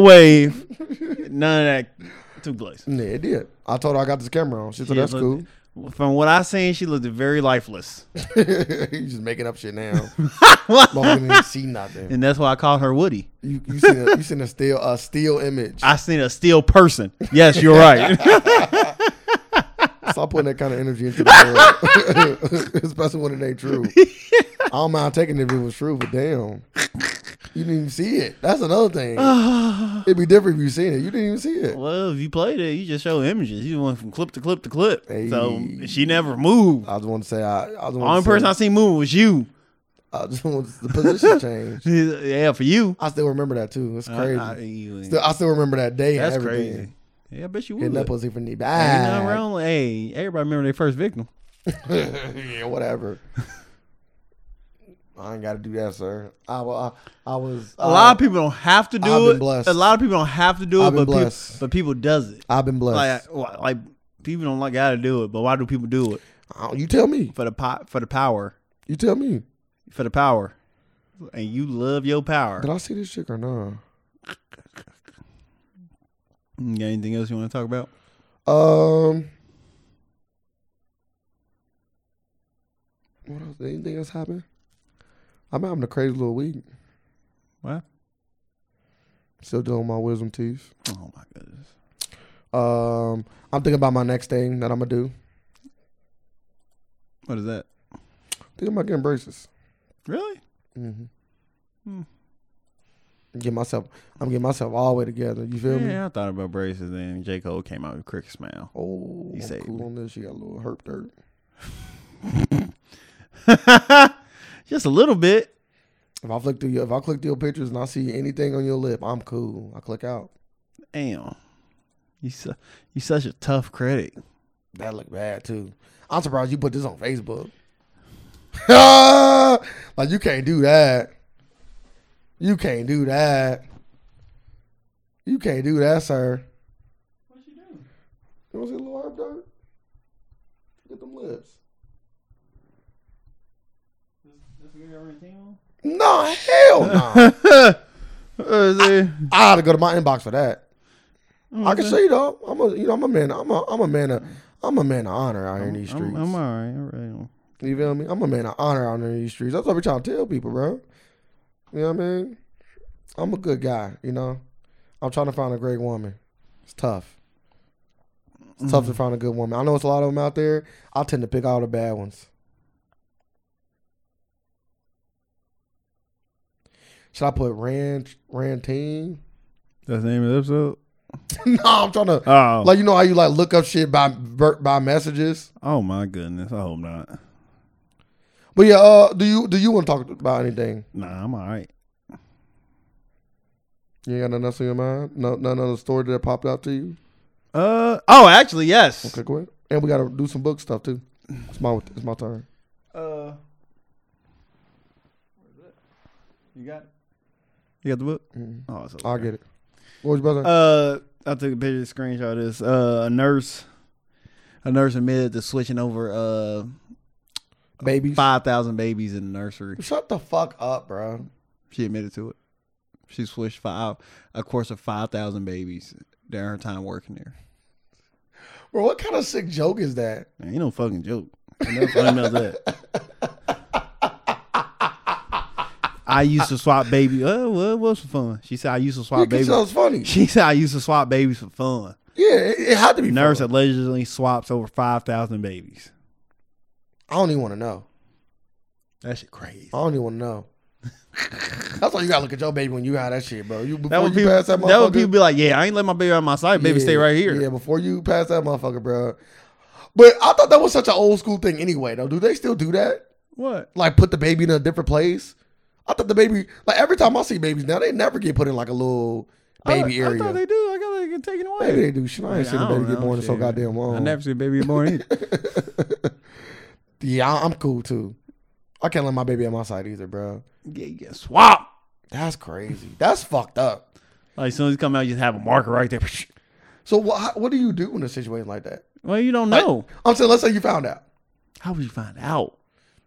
wave. None of that took place.
Yeah, it did. I told her I got this camera on. She said,
Yeah,
that's
but
cool.
From what I seen, she looked very lifeless,
(laughs) you just making up
(laughs)
shit now. Long didn't see nothing.
and that's why I called her Woody.
You, you, seen, a, you seen a still a still image.
I seen a still person. Yes,
(laughs)
you're right. (laughs)
Stop putting that kind of energy into the world, (laughs) especially when it
(laughs)
ain't true. I don't mind taking it if it was true, but damn, you didn't even see it. That's
(sighs)
another thing. It'd be different if you seen it. You didn't even see it.
well, if you played it, you just show images. You went from clip to clip to clip. So
Hey.
she never moved.
I just want to say I. I just
Only
want to
person I
say,
seen move was you. (laughs)
(laughs) I, just want the position change.
Yeah, for you.
I still remember that too. It's crazy.
Uh, I- I- you-
still, I still remember that day.
that's
and everything.
crazy. Yeah, I bet you would.
Getting that pussy from the
Ain't nothing
back.
wrong with- Hey, everybody remember their first victim.
(laughs)
(laughs)
yeah, whatever. I ain't got to do that, sir. I, wa- I, I was
A lot of people don't have to do
Uh, I've
it.
been blessed.
A lot of people don't have to do
I've
it,
been
but people,
blessed.
but people does it.
I've been blessed.
Like, like people don't like how to do it, but why do people do it
Oh, you tell me.
for the pot for the power
You tell me.
for the power, and you love your power.
Did I see this chick or not?
You got anything else you want to talk about?
Um. What else? Anything else happen? I'm having a crazy little week.
What?
Still doing my wisdom teeth.
Oh my goodness.
Um, I'm thinking about my next thing that I'm gonna do.
What is that?
Thinking about getting braces.
Really?
Mm-hmm.
Hmm.
Get myself. I'm getting myself all the way together. You feel me?
Yeah, I thought about braces. Then J Cole came out with cricket smile. (laughs)
Oh,
He
I'm
saved
cool
me.
on this. She got a little herp dirt.
Just a little bit.
If I flick through your, if I click through your pictures and I see anything on your lip, I'm cool. I click out.
Damn. You su- you such a tough critic.
That look bad too. I'm surprised you put this on Facebook. (laughs) like you can't do that. You can't do that. You can't do that, sir. You want to see a little herb dirt? Get them lips.
(laughs)
No, hell no.
I
I had to go to my inbox for that.
Oh,
I can show you though. I'm a you know I'm a man. I'm a I'm a man of I'm a man of honor out here in these streets.
I'm, I'm all right. I really don't-
You feel me? I'm a man of honor out here in these streets. That's what we trying to tell people, bro. You know what I mean? I'm a good guy, you know? I'm trying to find a great woman. It's tough. It's tough to find a good woman. I know it's a lot of them out there. I tend to pick all the bad ones. Should I put Ranch Rantine? (laughs)
That's the name of the episode.
no, I'm trying to
Oh,
like you know how you like look up shit by by messages.
oh my goodness. I hope not.
But yeah, uh, do you do you want to talk about anything?
Nah, I'm all right.
You ain't got nothing else on your mind? No, none other story that popped out to you?
Uh oh, actually yes.
Okay, go ahead. And we got to do some book stuff too. It's my it's my turn.
Uh, you got it? You got the book?
Mhm.
Oh, it's over
I'll
there.
get it. What was your brother?
Uh, I took a picture, screenshot of this. Uh, a nurse, a nurse admitted to switching over uh
Babies.
five thousand Uh, babies in the nursery.
Shut the fuck up, bro.
She admitted to it. She switched five, a course of five thousand babies during her time working there.
Bro, what kind of sick joke is that?
Man, ain't no fucking joke. Ain't no funny about that. (laughs) I used to swap baby. Oh, well, it was for fun. She said I used to
You
swap
can
babies.
tell it's
(laughs)
funny.
She said I used to swap babies for fun.
Yeah, it, it had to be.
Nurse
funny.
allegedly swaps over five thousand babies.
I don't even want to know.
That shit crazy.
I don't even want
(laughs)
to know. That's why you gotta look at your baby when you had that shit, bro. You before
That would
you
people.
pass that
That,
motherfucker.
would people be like, yeah, I ain't let my baby out of my sight. Baby,
Yeah,
stay right here.
Yeah, before you pass that motherfucker, bro. But I thought that was such an old school thing anyway, though. Do they still do that?
What?
Like put the baby in a different place? I thought the baby like every time I see babies now, they never get put in like a little baby
I,
area.
I thought they do. I got to get taken away.
Maybe they do. Shit, I ain't seen a
I
baby
don't
get
know,
born in so
shit.
goddamn long.
I never see a baby born. either.
(laughs) yeah, I- I'm cool too. I can't let my baby on my side either, bro.
get, get swapped.
That's crazy. That's fucked up.
Like as soon as you come out, you just have a marker right there. (laughs)
So what? What do you do in a situation like that?
Well, you don't know.
I'm saying, let's say you found out.
How would you find out?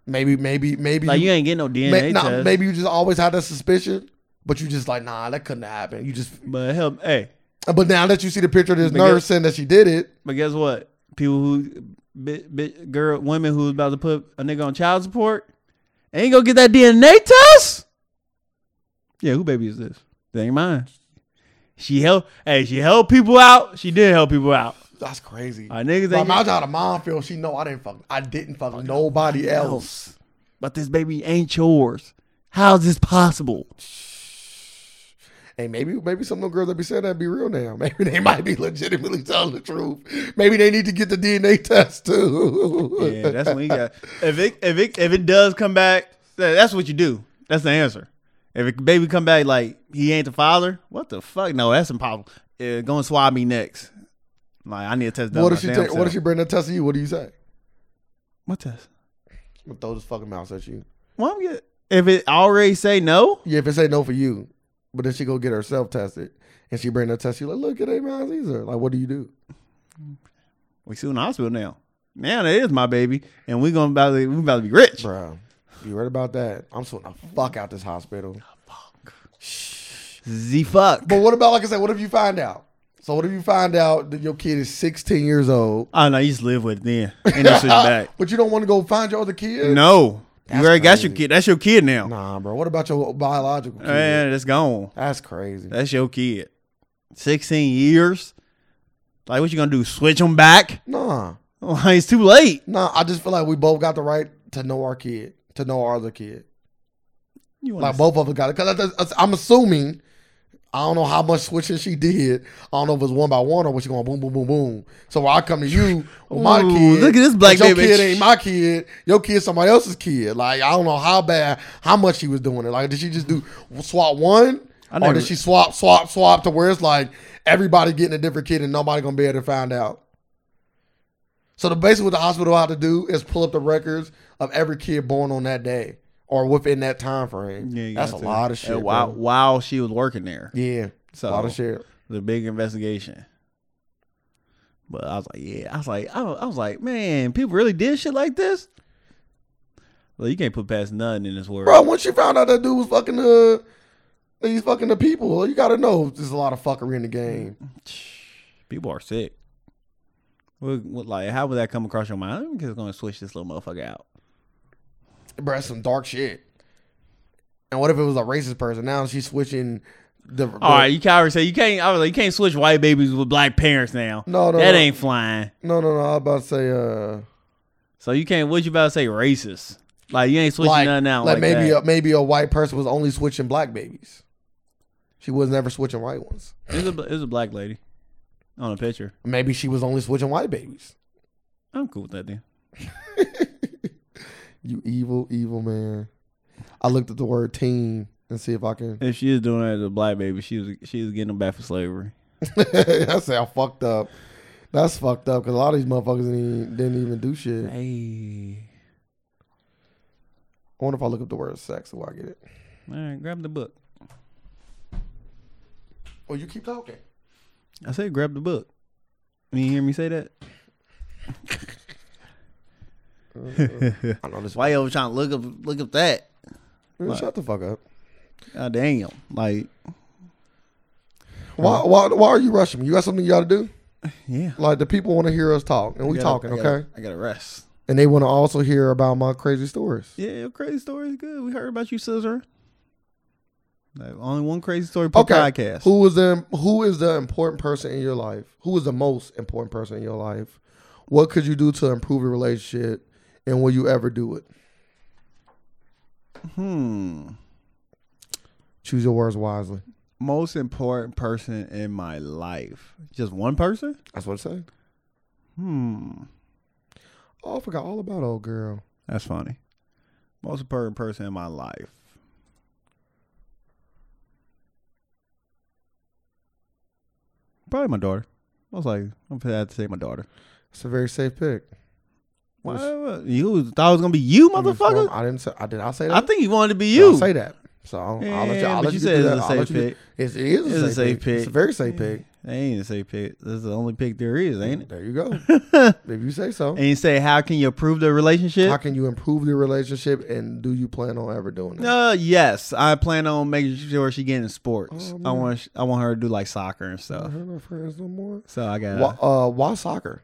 Maybe, maybe, maybe.
Like
you-
you ain't getting no DNA
May, nah,
test.
maybe you just always had that suspicion, but you just like, nah, that couldn't happen. You just,
But help. Hey,
but now that you see the picture of this
But guess-
nurse saying that she did it,
but guess what? People who, bi bi girl, women who's about to put a nigga on child support, ain't gonna get that DNA test. Yeah, who baby is this? That ain't mine. She help. Hey, she helped people out. She did help people out.
that's crazy.
All right, niggas
But
ain't
imagine how the mom feels. She know I didn't fuck, I didn't fuck nobody else.
else. But this baby ain't yours. How's this possible?
Hey, maybe, maybe some of them girls that be saying that be real now. (laughs) Maybe they might be legitimately telling the truth. Maybe they need to get the DNA test too. (laughs)
Yeah, that's when you got. If it if it if it does come back, tha- that's what you do. That's the answer. If it baby come back like he ain't the father, what the fuck? No, that's impossible. Yeah, go and swab me next. Like I need a test done.
what if
my
she?
damn
Take, what if
self.
she bring that test to you? What do you say?
What test?
I'm gonna throw this fucking mouse at you.
Well, I'm good. If it already say no,
Yeah, if it say no for you, but then she go get herself tested and she bring that test, you like, look, it ain't mine either. Like, what do you do?
We suing the hospital now. Now that is my baby, and we gonna about to, we about to be rich.
Bro, you heard about that? I'm suing the fuck out this hospital.
Z fuck.
But what about, like I said, what if you find out? So what if you find out that your kid is 16 years old,
Oh no, you just live with it then, and
(laughs)
that's shit back.
but you don't want to go find your other kid?
No,
That's
you already got your
crazy.
kid. That's your kid now.
Nah, bro. What about your biological kid?
Man, that's gone.
That's crazy.
That's your kid. Sixteen years. Like, what you gonna do? Switch them back? (laughs)
Nah,
Like, it's too late.
nah. I just feel like we both got the right to know our kid, to know our other kid.
You wanna
Like both of us got it. Because I'm assuming, I don't know how much switching she did. I don't know if it was one by one or was she going boom, boom, boom, boom. So when I come to you with my
Ooh,
kid,
look at this black
but your
baby.
kid ain't my kid. Your kid somebody else's kid. Like I don't know how bad, how much she was doing it. Like did she just do swap one?
I
or
never-
did she swap, swap, swap to where it's like everybody getting a different kid and nobody gonna be able to find out? So the basically what the hospital had to do is pull up the records of every kid born on that day or within that time frame.
you
that's a
got to.
lot of
And
shit.
While
bro.
while she was working there,
Yeah,
so uh,
a lot of shit.
the big investigation. But I was like, yeah, I was like, I, was- I was like, man, people really did shit like this. Well, you can't put past nothing in this world.
Bro, once you found out that dude was fucking the, that he's fucking the people, you gotta know there's a lot of fuckery in the game.
(sighs) People are sick. What, what, like, how would that come across your mind? I'm just gonna switch this little motherfucker out.
Bro, that's some dark shit. And what if it was a racist person? Now she's switching the. the-
All right, you can't already say you can't. I was like, you can't switch white babies with black parents now.
No, no,
that
no.
ain't flying.
No, no, no. I was about to say, uh,
So you can't. What you about to say? Racist? Like you ain't switching
like,
nothing out.
like,
Like,
maybe
that.
A, maybe a white person was only switching black babies. She was never switching white ones.
it, was a, it was a black lady on a picture.
Maybe she was only switching white babies.
I'm cool with that then.
You evil, evil man. I looked at the word team and see if I (laughs) can.
If she is doing that as a black baby, she was she was getting them back for slavery.
That's how fucked up. That's fucked up because a lot of these motherfuckers didn't even, didn't even do shit. I
Hey,
wonder if I look up the word sex. Will I get it?
all right, grab the book.
Oh, you keep talking.
I said grab the book. You hear me say that?
I know this.
Why you over trying to look up look up that?
Man, Shut the fuck up.
God damn! Like
Why, why, why are you rushing me? You got something you got to do?
yeah,
Like, the people want to hear us talk, and we
I gotta-
talking,
I
okay?
gotta- I gotta rest.
And they want to also hear about my crazy stories.
Yeah, your crazy story is good. We heard about you, Scissor. Like, only one crazy story per
Okay.
podcast.
Who is the who is the important person in your life? Who is the most important person in your life? What could you do to improve your relationship? And will you ever do it?
Hmm.
Choose your words wisely.
Most important person in my life. Just one person?
That's what it said.
Hmm.
Oh, I forgot all about old girl.
That's funny. Most important person in my life. Probably my daughter. I was like, I'm gonna have to say my daughter.
It's a very safe pick. Was-
Why- You thought it was gonna be you,
I mean,
motherfucker?
I didn't say. I did. I say that.
I think he wanted to be
Did I
you.
say that. So I'll, I'll let you.
Yeah,
I'll
but
let
you
you,
said it's
do that.
a
I'll
safe
let you do-
pick.
It's, it is a safe, pick. It's a very safe pick.
That ain't a safe pick. That's the only pick there is, ain't it?
There you
(laughs)
go.
and
if you say so.
you say, how can you improve the
How
relationship?
can you improve your relationship? And do you plan on ever doing that?
Uh, yes, I plan on making sure she getting sports.
Oh,
I
man.
want sh- I want her to do like soccer and
I
stuff.
don't have no friends no more.
So I got.
Why, uh, why soccer?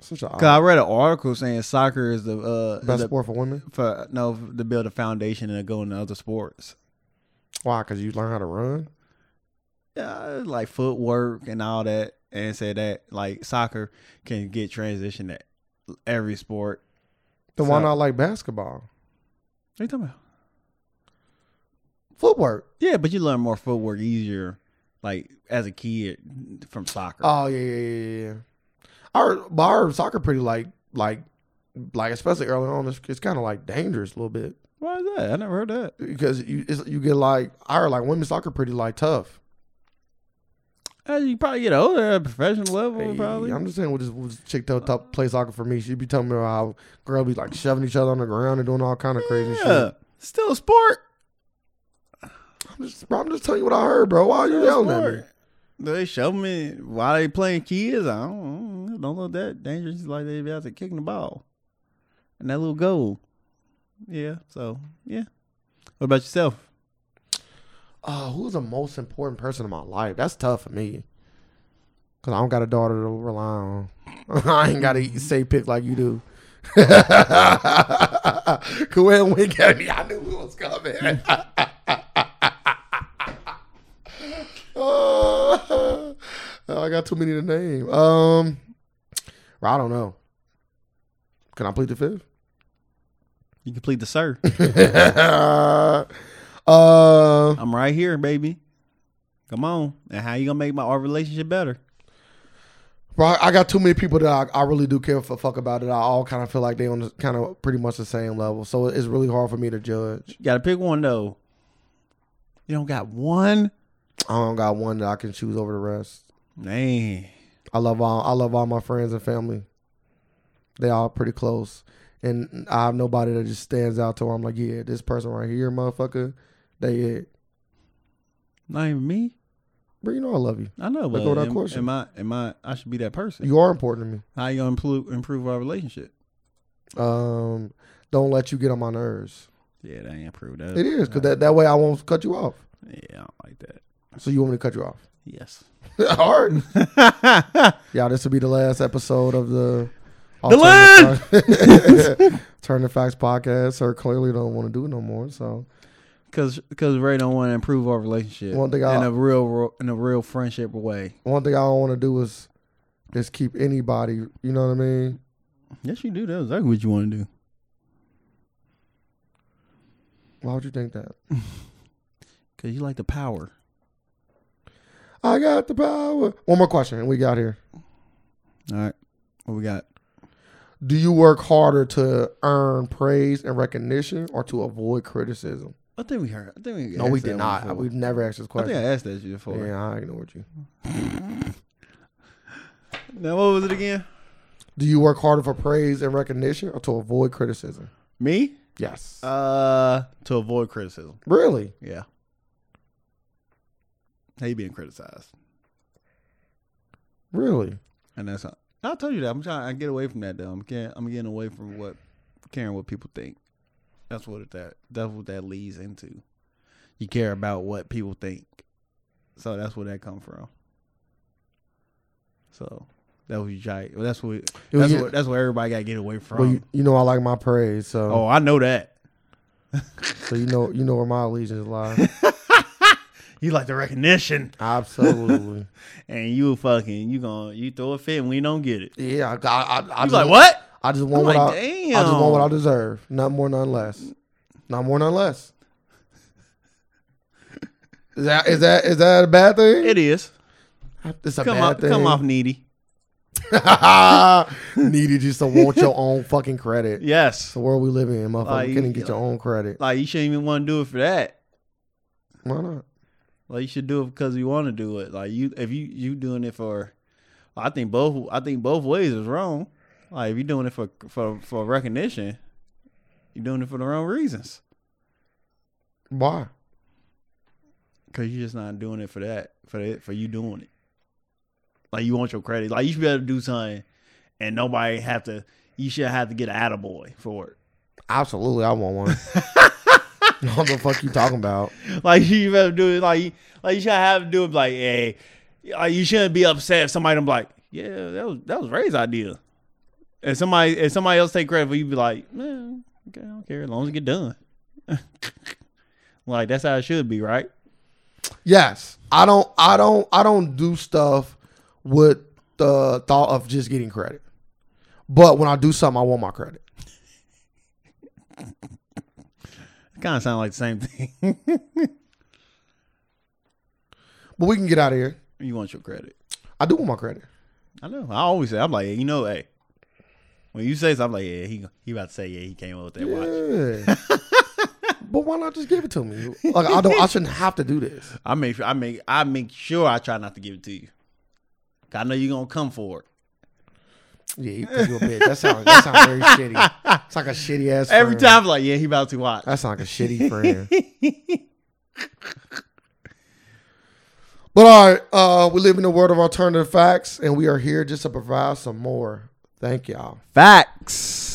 Such a
Cause I read an article saying soccer is the uh is
best
the-
sport for women.
for no to build a foundation and to go into other sports.
Why? Because you learn how to run.
Yeah, like footwork and all that, and said that like soccer can get transitioned to every sport.
Then why
So-
not like basketball?
What are you talking about?
Footwork.
Yeah, but you learn more footwork easier, like as a kid from soccer.
Oh yeah, yeah, yeah, yeah, yeah. Our but our soccer pretty like like like especially early on. It's, it's kind of like dangerous a little bit
Why is that? I never heard that.
because you it's, you get like our like women's soccer pretty like tough.
As you probably get older at a professional level,
Hey,
probably.
I'm just saying what this, what this chick told top play soccer for me. She'd be telling me how girls be like shoving each other on the ground and doing all kind of crazy
yeah,
shit.
still a sport.
I'm just, bro, I'm just telling you what I heard, bro. Why are you
Still a
yelling at me?
sport. Do they show me why they playing kids? I don't, I It don't look that dangerous. It's like they be out there kicking the ball, and that little goal. Yeah. So yeah. What about yourself?
Uh, who's the most important person in my life? That's tough for me. Cause I don't got a daughter to rely on. (laughs) I ain't got to say pick like you do. (laughs) Quinn wink at me. I knew it was coming. (laughs) Oh, I got too many to name. Um, I don't know. Can I plead the fifth?
You complete the
(laughs)
sir.
uh,
I'm right here, baby. Come on. And how you gonna make my our relationship better?
Bro, I- I got too many people that I, I really do care for fuck about it. I all kind of feel like they on the, kind of pretty much the same level, so it's really hard for me to judge.
You gotta pick one though. You don't got one?
I don't got one that I can choose over the rest.
Man.
I love all I love all my friends and family. They all pretty close, and I have nobody that just stands out to. Where I'm like, yeah, this person right here, motherfucker, they it.
Not even me.
But you know, I love you.
I know, but
go with that
am,
question.
am I am I I should be that person.
You are important to me.
How you gonna improve improve our relationship?
Um, don't let you get on my nerves.
Yeah, that ain't improved. That
It is because that that way I won't cut you off.
Yeah, I don't like that.
So you want me to cut
(laughs)
you off?
Yes.
Hard.
Turn
Yeah, this will be the last episode of the
The land!
Alternative- Turn the Facts (laughs) podcast. Her clearly don't want to do it no more. So
Cause, cause Ray don't want to improve our relationship
One thing I-
in a real, in a real friendship way.
one thing I don't want to do is is keep anybody. You know what I mean?
Yes, you do. That's exactly what you want to do.
Why would you think that?
Cause you like the power.
I got the power. One more question, and we got here.
All right, what we got?
Do you work harder to earn praise and recognition, or to avoid criticism?
I think we heard. I think we.
No,
asked
we
that
did
one
not.
before.
We've never asked this
I think I
question.
asked that to you before.
Yeah, I ignored you.
Now what was it again?
Do you work harder for praise and recognition, or to avoid criticism?
Me?
Yes.
Uh, to avoid criticism.
really?
Yeah. How you being criticized?
Really?
And that's not, I told you that. I'm trying. I get away from that though. I'm getting. I'm getting away from what caring what people think. That's what it, that. That's what that leads into. You care about what people think. So that's where that come from. So that was you. Well, that's what.
It was
That's
your-
what. That's where everybody got to get away from.
Well, you, you know I like my praise, so
oh, I know that.
so you know you know where my
(laughs)
allegiance lie.
You like the recognition,
Absolutely.
and you fucking you going you throw a fit and we don't get it.
Yeah, I, I, I, I
You
just,
like what?
I just
I'm
want
like,
what I,
damn.
I just want what I deserve. Not more, none less. Not more, none less. Is that is that is that a bad thing?
it is.
it's a
Come
bad
off.
thing.
Come off needy.
(laughs) Needed you to
(laughs)
want your own fucking credit.
Yes.
It's the world we live in, motherfucker.
Like,
you
you-
couldn't get your own credit.
Like you shouldn't even want to do it for that.
Why not?
Like you should do it because you want to do it. Like you, if you you doing it for, I think both I think both ways is wrong. Like if you're doing it for for for recognition, you're doing it for the wrong reasons.
Why?
Cause you're just not doing it for that for that, for you doing it. Like you want your credit. Like you should be able to do something, and nobody have to. You should have to get an attaboy for it. (laughs)
Absolutely, I want one. what the fuck you talking about?
Like you better do it. Like you- like you should have to do it. Like hey, like, you shouldn't be upset if somebody I'm like, yeah, that was that was Ray's idea. And somebody if somebody else take credit for you, be like, man, okay, I don't care as long as it get done. (laughs) like that's how it should be, right?
Yes, I don't, I don't, I don't do stuff with the thought of just getting credit. But when I do something, I want my credit.
It kind of sound like the same thing. (laughs)
But we can get out of here.
you want your credit.
I do want my credit.
I know. I always say, I'm like, you know, hey. When you say something, I'm like, yeah, he he about to say, yeah, he came up with that watch.
Yeah. (laughs) but why not just give it to me? Like I don't, I shouldn't have to do this.
I make I make I make sure I try not to give it to you. 'Cause I know you're gonna come for it.
(laughs) Yeah, you think you're a bitch. That sounds, that sounds very shitty. It's like a shitty ass.
Every
friend.
time, like, yeah, he about to watch.
That sounds like a shitty friend. But all right, uh, we live in a world of alternative facts, and we are here just to provide some more. Thank y'all.
Facts.